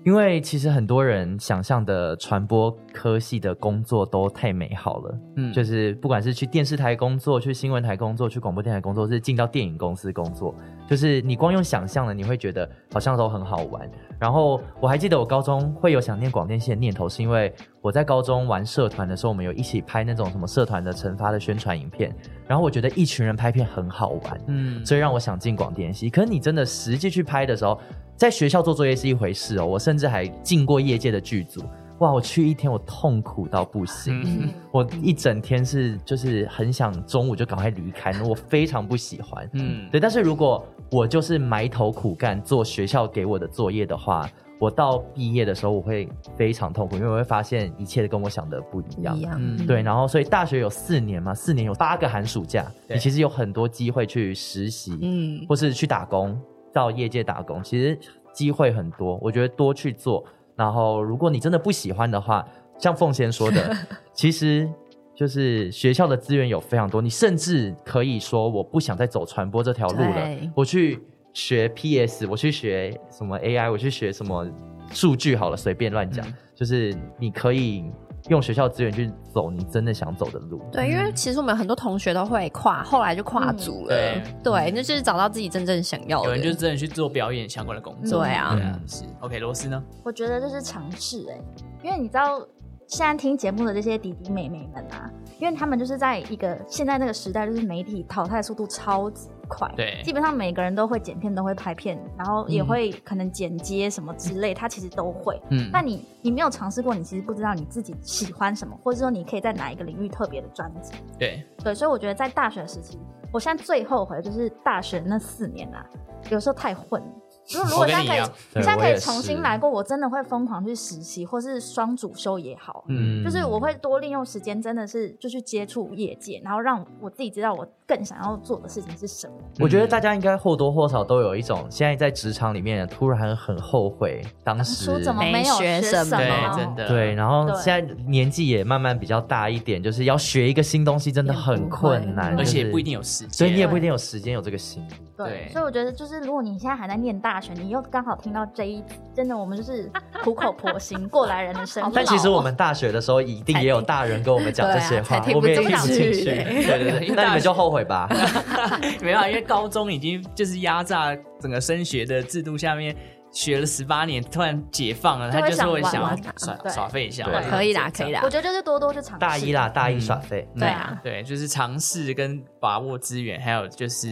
[SPEAKER 3] 因为其实很多人想象的传播科系的工作都太美好了，
[SPEAKER 1] 嗯
[SPEAKER 3] 就是不管是去电视台工作、去新闻台工作、去广播电台工作，是进到电影公司工作，就是你光用想象了，你会觉得好像都很好玩。然后我还记得我高中会有想念广电系的念头，是因为我在高中玩社团的时候，我们有一起拍那种什么社团的惩罚的宣传影片，然后我觉得一群人拍片很好玩，
[SPEAKER 1] 嗯，
[SPEAKER 3] 所以让我想进广电系。可是你真的实际去拍的时候，在学校做作业是一回事哦，我甚至还进过业界的剧组。哇，我去一天，我痛苦到不行，
[SPEAKER 1] 嗯
[SPEAKER 3] 我一整天是就是很想中午就赶快离开，我非常不喜欢。
[SPEAKER 1] 嗯
[SPEAKER 3] 对，但是如果我就是埋头苦干做学校给我的作业的话，我到毕业的时候我会非常痛苦，因为我会发现一切跟我想的不一样
[SPEAKER 4] 一。样。
[SPEAKER 1] 嗯
[SPEAKER 3] 对，然后所以大学有四年嘛，四年有八个寒暑假，
[SPEAKER 1] 对
[SPEAKER 3] 你其实有很多机会去实习，
[SPEAKER 4] 嗯，
[SPEAKER 3] 或是去打工，到业界打工，其实机会很多。我觉得多去做，然后如果你真的不喜欢的话，像凤仙说的，其实就是学校的资源有非常多，你甚至可以说我不想再走传播这条路了
[SPEAKER 4] 对，
[SPEAKER 3] 我去学 PS，我去学什么 AI，我去学什么数据好了，随便乱讲，
[SPEAKER 1] 嗯
[SPEAKER 3] 就是你可以用学校资源去走你真的想走的路。
[SPEAKER 4] 对，因为
[SPEAKER 3] 嗯
[SPEAKER 4] 其实我们有很多同学都会跨，后来就跨组了。
[SPEAKER 1] 嗯
[SPEAKER 4] 对，那就是找到自己真正想要
[SPEAKER 1] 有
[SPEAKER 4] 的。
[SPEAKER 1] 人就是真的去做表演相关的工作。
[SPEAKER 4] 对啊
[SPEAKER 1] 对，啊，
[SPEAKER 3] 嗯
[SPEAKER 1] 是 OK。罗斯呢？
[SPEAKER 2] 我觉得这是尝试哎，因为你知道现在听节目的这些弟弟妹妹们啊，因为他们就是在一个现在那个时代，就是媒体淘汰速度超级快，
[SPEAKER 1] 对
[SPEAKER 2] 基本上每个人都会剪片，都会拍片，然后也会可能剪接什么之类，他其实都会。
[SPEAKER 1] 嗯
[SPEAKER 2] 那你你没有尝试过，你其实不知道你自己喜欢什么，或者说你可以在哪一个领域特别的专精。
[SPEAKER 1] 对，
[SPEAKER 2] 对，所以我觉得在大学时期，我现在最后悔的就是大学那四年啊，有时候太混了。如果如
[SPEAKER 1] 我
[SPEAKER 2] 果
[SPEAKER 1] 跟
[SPEAKER 2] 现
[SPEAKER 1] 你
[SPEAKER 2] 在
[SPEAKER 1] 一
[SPEAKER 2] 可以
[SPEAKER 1] 样，
[SPEAKER 3] 对
[SPEAKER 2] 现在
[SPEAKER 3] 我
[SPEAKER 2] 可
[SPEAKER 3] 也
[SPEAKER 2] 以重新
[SPEAKER 3] 是
[SPEAKER 2] 来过，我真的会疯狂去实习，或是双主修也好。
[SPEAKER 1] 嗯
[SPEAKER 2] 就是我会多利用时间，真的是就去接触业界，然后让我自己知道我更想要做的事情是什么。
[SPEAKER 1] 啊嗯
[SPEAKER 3] 我觉得大家应该或多或少都有一种现在在职场里面突然很后悔当时
[SPEAKER 2] 说怎么
[SPEAKER 4] 没
[SPEAKER 2] 没有
[SPEAKER 4] 学什么
[SPEAKER 2] 什
[SPEAKER 1] 对，
[SPEAKER 2] 么？
[SPEAKER 1] 真的
[SPEAKER 3] 对，。然后
[SPEAKER 2] 对
[SPEAKER 3] 现在年纪也慢慢比较大一点，就是要学一个新东西真的很困难，
[SPEAKER 4] 也不
[SPEAKER 1] 而
[SPEAKER 4] 会
[SPEAKER 1] 且
[SPEAKER 3] 就是
[SPEAKER 1] 不一定，有时间，啊
[SPEAKER 3] 所以你也不一定有时间有这个心。
[SPEAKER 2] 对
[SPEAKER 1] 对，
[SPEAKER 2] 所以我觉得就是，如果你现在还在念大学，你又刚好听到这一集，真的我们就是苦口婆心过来人的声音。
[SPEAKER 3] 但其实我们大学的时候一定也有大人跟我们讲这些
[SPEAKER 4] 才
[SPEAKER 3] 话，
[SPEAKER 4] 听对啊
[SPEAKER 3] 我们也
[SPEAKER 4] 才听不
[SPEAKER 3] 听不进
[SPEAKER 4] 进去
[SPEAKER 3] 去。 对对对，
[SPEAKER 1] 因为大学
[SPEAKER 3] 那你们就后悔吧。
[SPEAKER 1] 没办法，因为高中已经就是压榨整个升学的制度下面，学了十八年，突然解放了，
[SPEAKER 2] 就会
[SPEAKER 1] 他就是会
[SPEAKER 2] 想
[SPEAKER 1] 想要
[SPEAKER 2] 玩玩
[SPEAKER 1] 耍
[SPEAKER 2] 对
[SPEAKER 1] 耍废一下
[SPEAKER 3] 对，
[SPEAKER 1] 玩
[SPEAKER 4] 可以啦，可以啦
[SPEAKER 2] 我。觉得就是多多去尝试。
[SPEAKER 3] 大一啦，大一耍
[SPEAKER 1] 嗯
[SPEAKER 3] 废。
[SPEAKER 4] 对啊，
[SPEAKER 1] 对，就是尝试跟把握资源，还有就是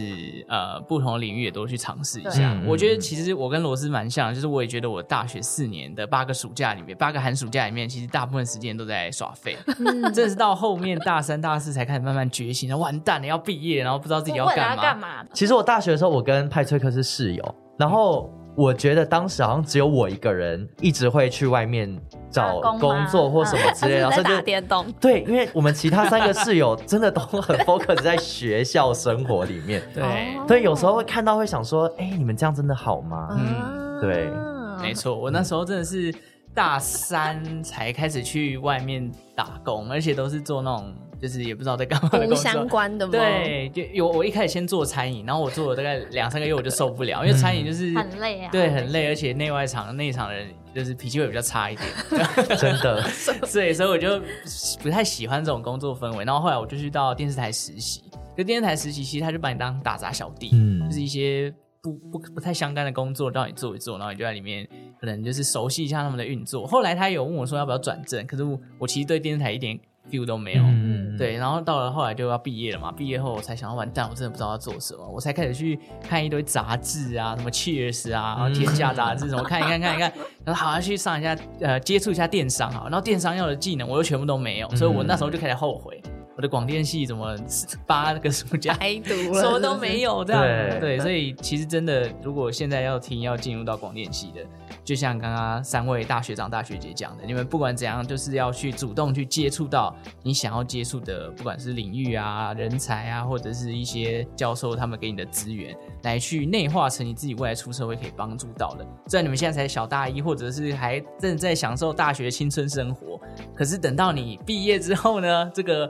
[SPEAKER 1] 呃不同领域也都去尝试一
[SPEAKER 2] 对
[SPEAKER 1] 下
[SPEAKER 3] 嗯。
[SPEAKER 1] 我觉得其实我跟罗斯蛮像，就是我也觉得我大学四年的八个暑假里面，八个寒暑假里面，其实大部分时间都在耍废。
[SPEAKER 2] 嗯，
[SPEAKER 1] 正是到后面大三、大四才开始慢慢觉醒，然后完蛋了，要毕业，然后不知道自己要
[SPEAKER 2] 问他
[SPEAKER 1] 干嘛
[SPEAKER 2] 干。嘛？
[SPEAKER 3] 其实我大学的时候，我跟派翠克是室友，然后我觉得当时好像只有我一个人一直会去外面找
[SPEAKER 2] 打工吗
[SPEAKER 3] 工作或什么之
[SPEAKER 1] 啊
[SPEAKER 3] 类的，然后
[SPEAKER 4] 在
[SPEAKER 3] 甚
[SPEAKER 4] 打
[SPEAKER 3] 至
[SPEAKER 4] 电动，
[SPEAKER 3] 对，因为我们其他三个室友真的都很 focus 在学校生活里面，
[SPEAKER 1] 对，
[SPEAKER 3] 所以有时候会看到会想说，哎、你们这样真的好吗？
[SPEAKER 1] 嗯
[SPEAKER 4] 嗯，
[SPEAKER 3] 对
[SPEAKER 1] 没错，我那时候真的是大三才开始去外面打工，而且都是做那种就是也不知道在干嘛的
[SPEAKER 4] 不
[SPEAKER 1] 工
[SPEAKER 4] 相
[SPEAKER 1] 作。
[SPEAKER 4] 关的吗？，
[SPEAKER 1] 对，就有我一开始先做餐饮，然后我做了大概两三个月我就受不了，因为餐饮就是
[SPEAKER 2] 很累啊。
[SPEAKER 1] 对，很累，而且内外场内场的人就是脾气会比较差一点，哦
[SPEAKER 3] 真 的，
[SPEAKER 1] 对，所以我就不太喜欢这种工作氛围。然后后来我就去到电视台实习，就电视台实习，其实他就把你当打杂小弟，
[SPEAKER 3] 嗯
[SPEAKER 1] 就是一些不不不太相干的工作让你做一做，然后你就在里面可能就是熟悉一下他们的运作。后来他有问我说要不要转正，可是我我其实对电视台一点 feel 都没有。
[SPEAKER 3] 嗯，
[SPEAKER 1] 对，然后到了后来就要毕业了嘛，毕业后我才想到完蛋，我真的不知道要做什么，我才开始去看一堆杂志啊，什么 Cheers 啊，然
[SPEAKER 3] 嗯
[SPEAKER 1] 后天下杂志什么看一看看一看，然后好像啊去上一下呃接触一下电商好，然后电商要的技能我又全部都没有，所以
[SPEAKER 3] 嗯
[SPEAKER 1] 我那时候就开始后悔，我的广电系怎么八个暑假
[SPEAKER 3] 哎
[SPEAKER 4] 白读了，
[SPEAKER 1] 什么都没
[SPEAKER 4] 有。
[SPEAKER 1] 有这样，
[SPEAKER 3] 对
[SPEAKER 1] 对，所以其实真的，如果现在要听要进入到广电系的，就像刚刚三位大学长、大学姐讲的，你们不管怎样，就是要去主动去接触到你想要接触的，不管是领域啊、人才啊，或者是一些教授他们给你的资源，来去内化成你自己未来出社会可以帮助到的。虽然你们现在才小大一，或者是还正在享受大学青春生活，可是等到你毕业之后呢，这个。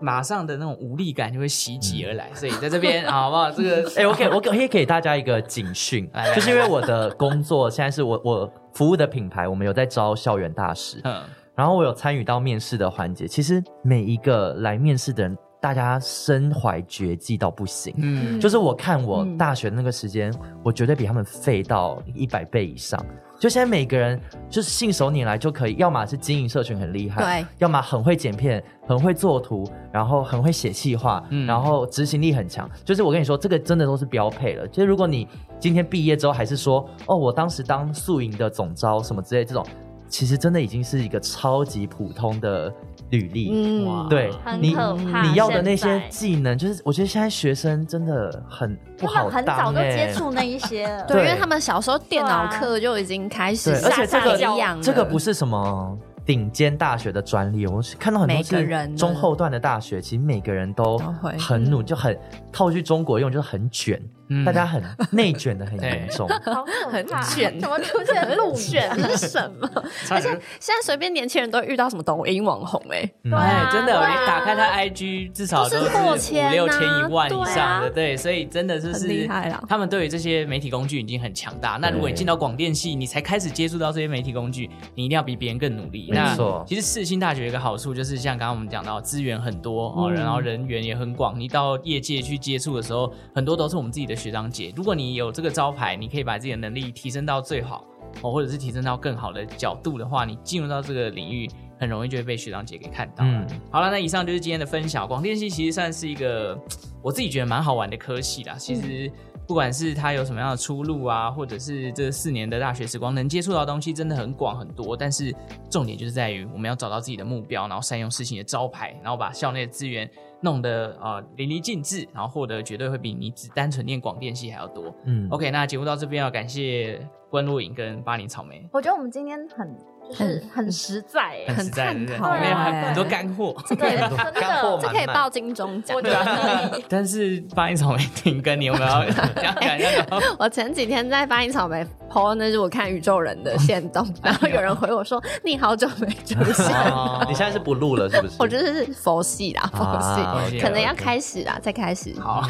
[SPEAKER 1] 马上的那种无力感就会袭击而来，所以在这 边好不好？这个
[SPEAKER 3] 哎、我给我可以给大家一个警讯
[SPEAKER 1] 来来，来
[SPEAKER 3] 就是因为我的工作现在是我我服务的品牌，我们有在招校园大使，
[SPEAKER 1] 嗯，
[SPEAKER 3] 然后我有参与到面试的环节。其实每一个来面试的人，大家身怀绝技到不行。
[SPEAKER 1] 嗯
[SPEAKER 3] 就是我看我
[SPEAKER 4] 嗯
[SPEAKER 3] 大学那个时间，我绝对比他们废到一百倍以上。就现在每个人就是信手拈来就可以，要么是经营社群很厉害，
[SPEAKER 4] 对，
[SPEAKER 3] 要么很会剪片、很会做图，然后很会写企划，
[SPEAKER 1] 嗯
[SPEAKER 3] 然后执行力很强。就是我跟你说，这个真的都是标配了。就是如果你今天毕业之后还是说，哦，我当时当宿营的总招什么之类这种，其实真的已经是一个超级普通的履历。
[SPEAKER 1] 哇
[SPEAKER 4] 嗯，
[SPEAKER 3] 对
[SPEAKER 2] 很
[SPEAKER 3] 你
[SPEAKER 2] 可怕。
[SPEAKER 3] 你要的那
[SPEAKER 2] 现
[SPEAKER 3] 些
[SPEAKER 2] 在
[SPEAKER 3] 技能，就是我觉得现在学生真的很不
[SPEAKER 2] 他
[SPEAKER 3] 好
[SPEAKER 2] 们很早
[SPEAKER 3] 当
[SPEAKER 2] 就
[SPEAKER 3] 哎、
[SPEAKER 2] 接触那一些了。
[SPEAKER 4] 对，
[SPEAKER 3] 对
[SPEAKER 4] 因为他们小时候电脑课就已经开始
[SPEAKER 3] 对而且这个
[SPEAKER 4] 一样，
[SPEAKER 3] 这个不是什么顶尖大学的专利，我是看到很多
[SPEAKER 4] 每个
[SPEAKER 3] 是
[SPEAKER 4] 人
[SPEAKER 3] 中后段的大学，其实每个人都
[SPEAKER 4] 都会
[SPEAKER 3] 很努，就很套句中国用就是很卷，
[SPEAKER 1] 嗯
[SPEAKER 3] 大家很内卷的很严重。
[SPEAKER 2] 好可怕，
[SPEAKER 4] 很卷
[SPEAKER 2] 怎么出现路卷？
[SPEAKER 4] 这是什么？
[SPEAKER 1] 差点
[SPEAKER 4] 现在随便年轻人都会遇到什么抖音网红哎、
[SPEAKER 3] 嗯
[SPEAKER 2] 对啊
[SPEAKER 1] 哎，真的，
[SPEAKER 2] 对啊
[SPEAKER 1] 你打开他 IG 至少都
[SPEAKER 4] 都
[SPEAKER 1] 是
[SPEAKER 4] 是破
[SPEAKER 1] 五
[SPEAKER 4] 千
[SPEAKER 1] 六千
[SPEAKER 4] 啊
[SPEAKER 1] 一万以上
[SPEAKER 4] 对
[SPEAKER 1] 的，
[SPEAKER 4] 啊
[SPEAKER 1] 对，所以真的就是
[SPEAKER 4] 很厉害啦
[SPEAKER 1] 他们对于这些媒体工具已经很强大。那如果你
[SPEAKER 3] 对
[SPEAKER 1] 进到广电系，你才开始接触到这些媒体工具，你一定要比别人更努力。
[SPEAKER 3] 没
[SPEAKER 1] 那
[SPEAKER 3] 错
[SPEAKER 1] 其实世新大学有一个好处就是，像刚刚我们讲到，资源很多哦，
[SPEAKER 4] 嗯
[SPEAKER 1] 然后人员也很广。你到业界去接触的时候，很多都是我们自己的学长姐。如果你有这个招牌，你可以把自己的能力提升到最好。哦，或者是提升到更好的角度的话，你进入到这个领域，很容易就会被学长姐给看到。嗯
[SPEAKER 3] 嗯，
[SPEAKER 1] 好了，那以上就是今天的分享。广电系其实算是一个我自己觉得蛮好玩的科系啦。其实不管是它有什么样的出路啊，或者是这四年的大学时光能接触到的东西，真的很广很多。但是重点就是在于我们要找到自己的目标，然后善用事情的招牌，然后把校内的资源弄得呃淋漓尽致，然后获得绝对会比你只单纯念广电系还要多。
[SPEAKER 3] 嗯
[SPEAKER 1] OK，那节目到这边要感谢关若颖跟巴黎草莓，
[SPEAKER 2] 我觉得我们今天很就是
[SPEAKER 4] 很
[SPEAKER 2] 很实在耶，
[SPEAKER 1] 实在，对不对？
[SPEAKER 4] 很
[SPEAKER 1] 里
[SPEAKER 4] 探讨
[SPEAKER 1] 面还
[SPEAKER 4] 哎
[SPEAKER 1] 很多干货。
[SPEAKER 2] 对，真的
[SPEAKER 3] 干货
[SPEAKER 4] 这
[SPEAKER 3] 满
[SPEAKER 4] 可以
[SPEAKER 3] 满
[SPEAKER 4] 报金钟奖
[SPEAKER 2] 我。觉
[SPEAKER 3] 啊
[SPEAKER 2] 得可以。
[SPEAKER 1] 但是巴黎草莓停更，你有没 有要讲讲讲？
[SPEAKER 4] 我前几天在翻译草莓 PO，那是我看宇宙人的线动，
[SPEAKER 3] 哎
[SPEAKER 4] 然后有人回我说：“你好久没出现。
[SPEAKER 1] 哦
[SPEAKER 3] 你现在是不录了是不是？”
[SPEAKER 4] 我觉得是佛系啦，佛
[SPEAKER 3] 啊
[SPEAKER 4] 系，
[SPEAKER 1] ，OK，
[SPEAKER 4] 可能要
[SPEAKER 3] OK
[SPEAKER 4] 开始啦，再开始。
[SPEAKER 1] 好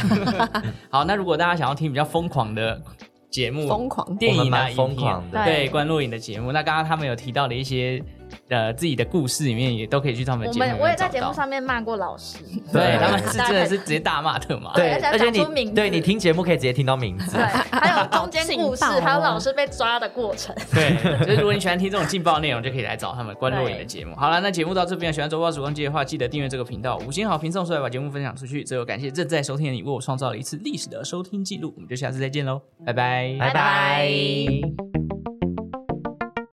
[SPEAKER 1] 好，那如果大家想要听比较疯狂的节目，
[SPEAKER 4] 疯狂
[SPEAKER 1] 电
[SPEAKER 3] 我
[SPEAKER 1] 影
[SPEAKER 3] 们
[SPEAKER 1] 啊，
[SPEAKER 3] 蛮
[SPEAKER 1] 影
[SPEAKER 3] 疯
[SPEAKER 1] 片
[SPEAKER 3] 狂的
[SPEAKER 1] 对
[SPEAKER 2] 对
[SPEAKER 1] 关若影的节目，那刚刚他们有提到的一些呃自己的故事，里面也都可以去他们的
[SPEAKER 2] 我
[SPEAKER 1] 节目里
[SPEAKER 2] 们
[SPEAKER 1] 面
[SPEAKER 2] 我也
[SPEAKER 1] 找
[SPEAKER 2] 在
[SPEAKER 1] 到
[SPEAKER 2] 节目，上面骂过老师，
[SPEAKER 1] 对
[SPEAKER 3] 对
[SPEAKER 1] 他们是
[SPEAKER 2] 大家
[SPEAKER 1] 真的
[SPEAKER 2] 可以
[SPEAKER 1] 是直接大骂特骂，
[SPEAKER 3] 对，
[SPEAKER 2] 而且还
[SPEAKER 3] 而且
[SPEAKER 2] 讲出
[SPEAKER 3] 你
[SPEAKER 2] 名字
[SPEAKER 3] 对你听节目可以直接听到名 字
[SPEAKER 2] 对，，还有中间故事，
[SPEAKER 4] 劲爆哦
[SPEAKER 2] 还有老师被抓的过程。
[SPEAKER 1] 对， 所以如果你喜欢听这种劲爆内容，就可以来找他们关若影的节目。好了，那节目到这边，喜欢周报曙光机的话，记得订阅这个频道，五星好评送出来，把节目分享出去。最后感谢正在收听的你，为我创造了一次历史的收听记录。我们就下次再见喽，拜拜，
[SPEAKER 3] 拜拜。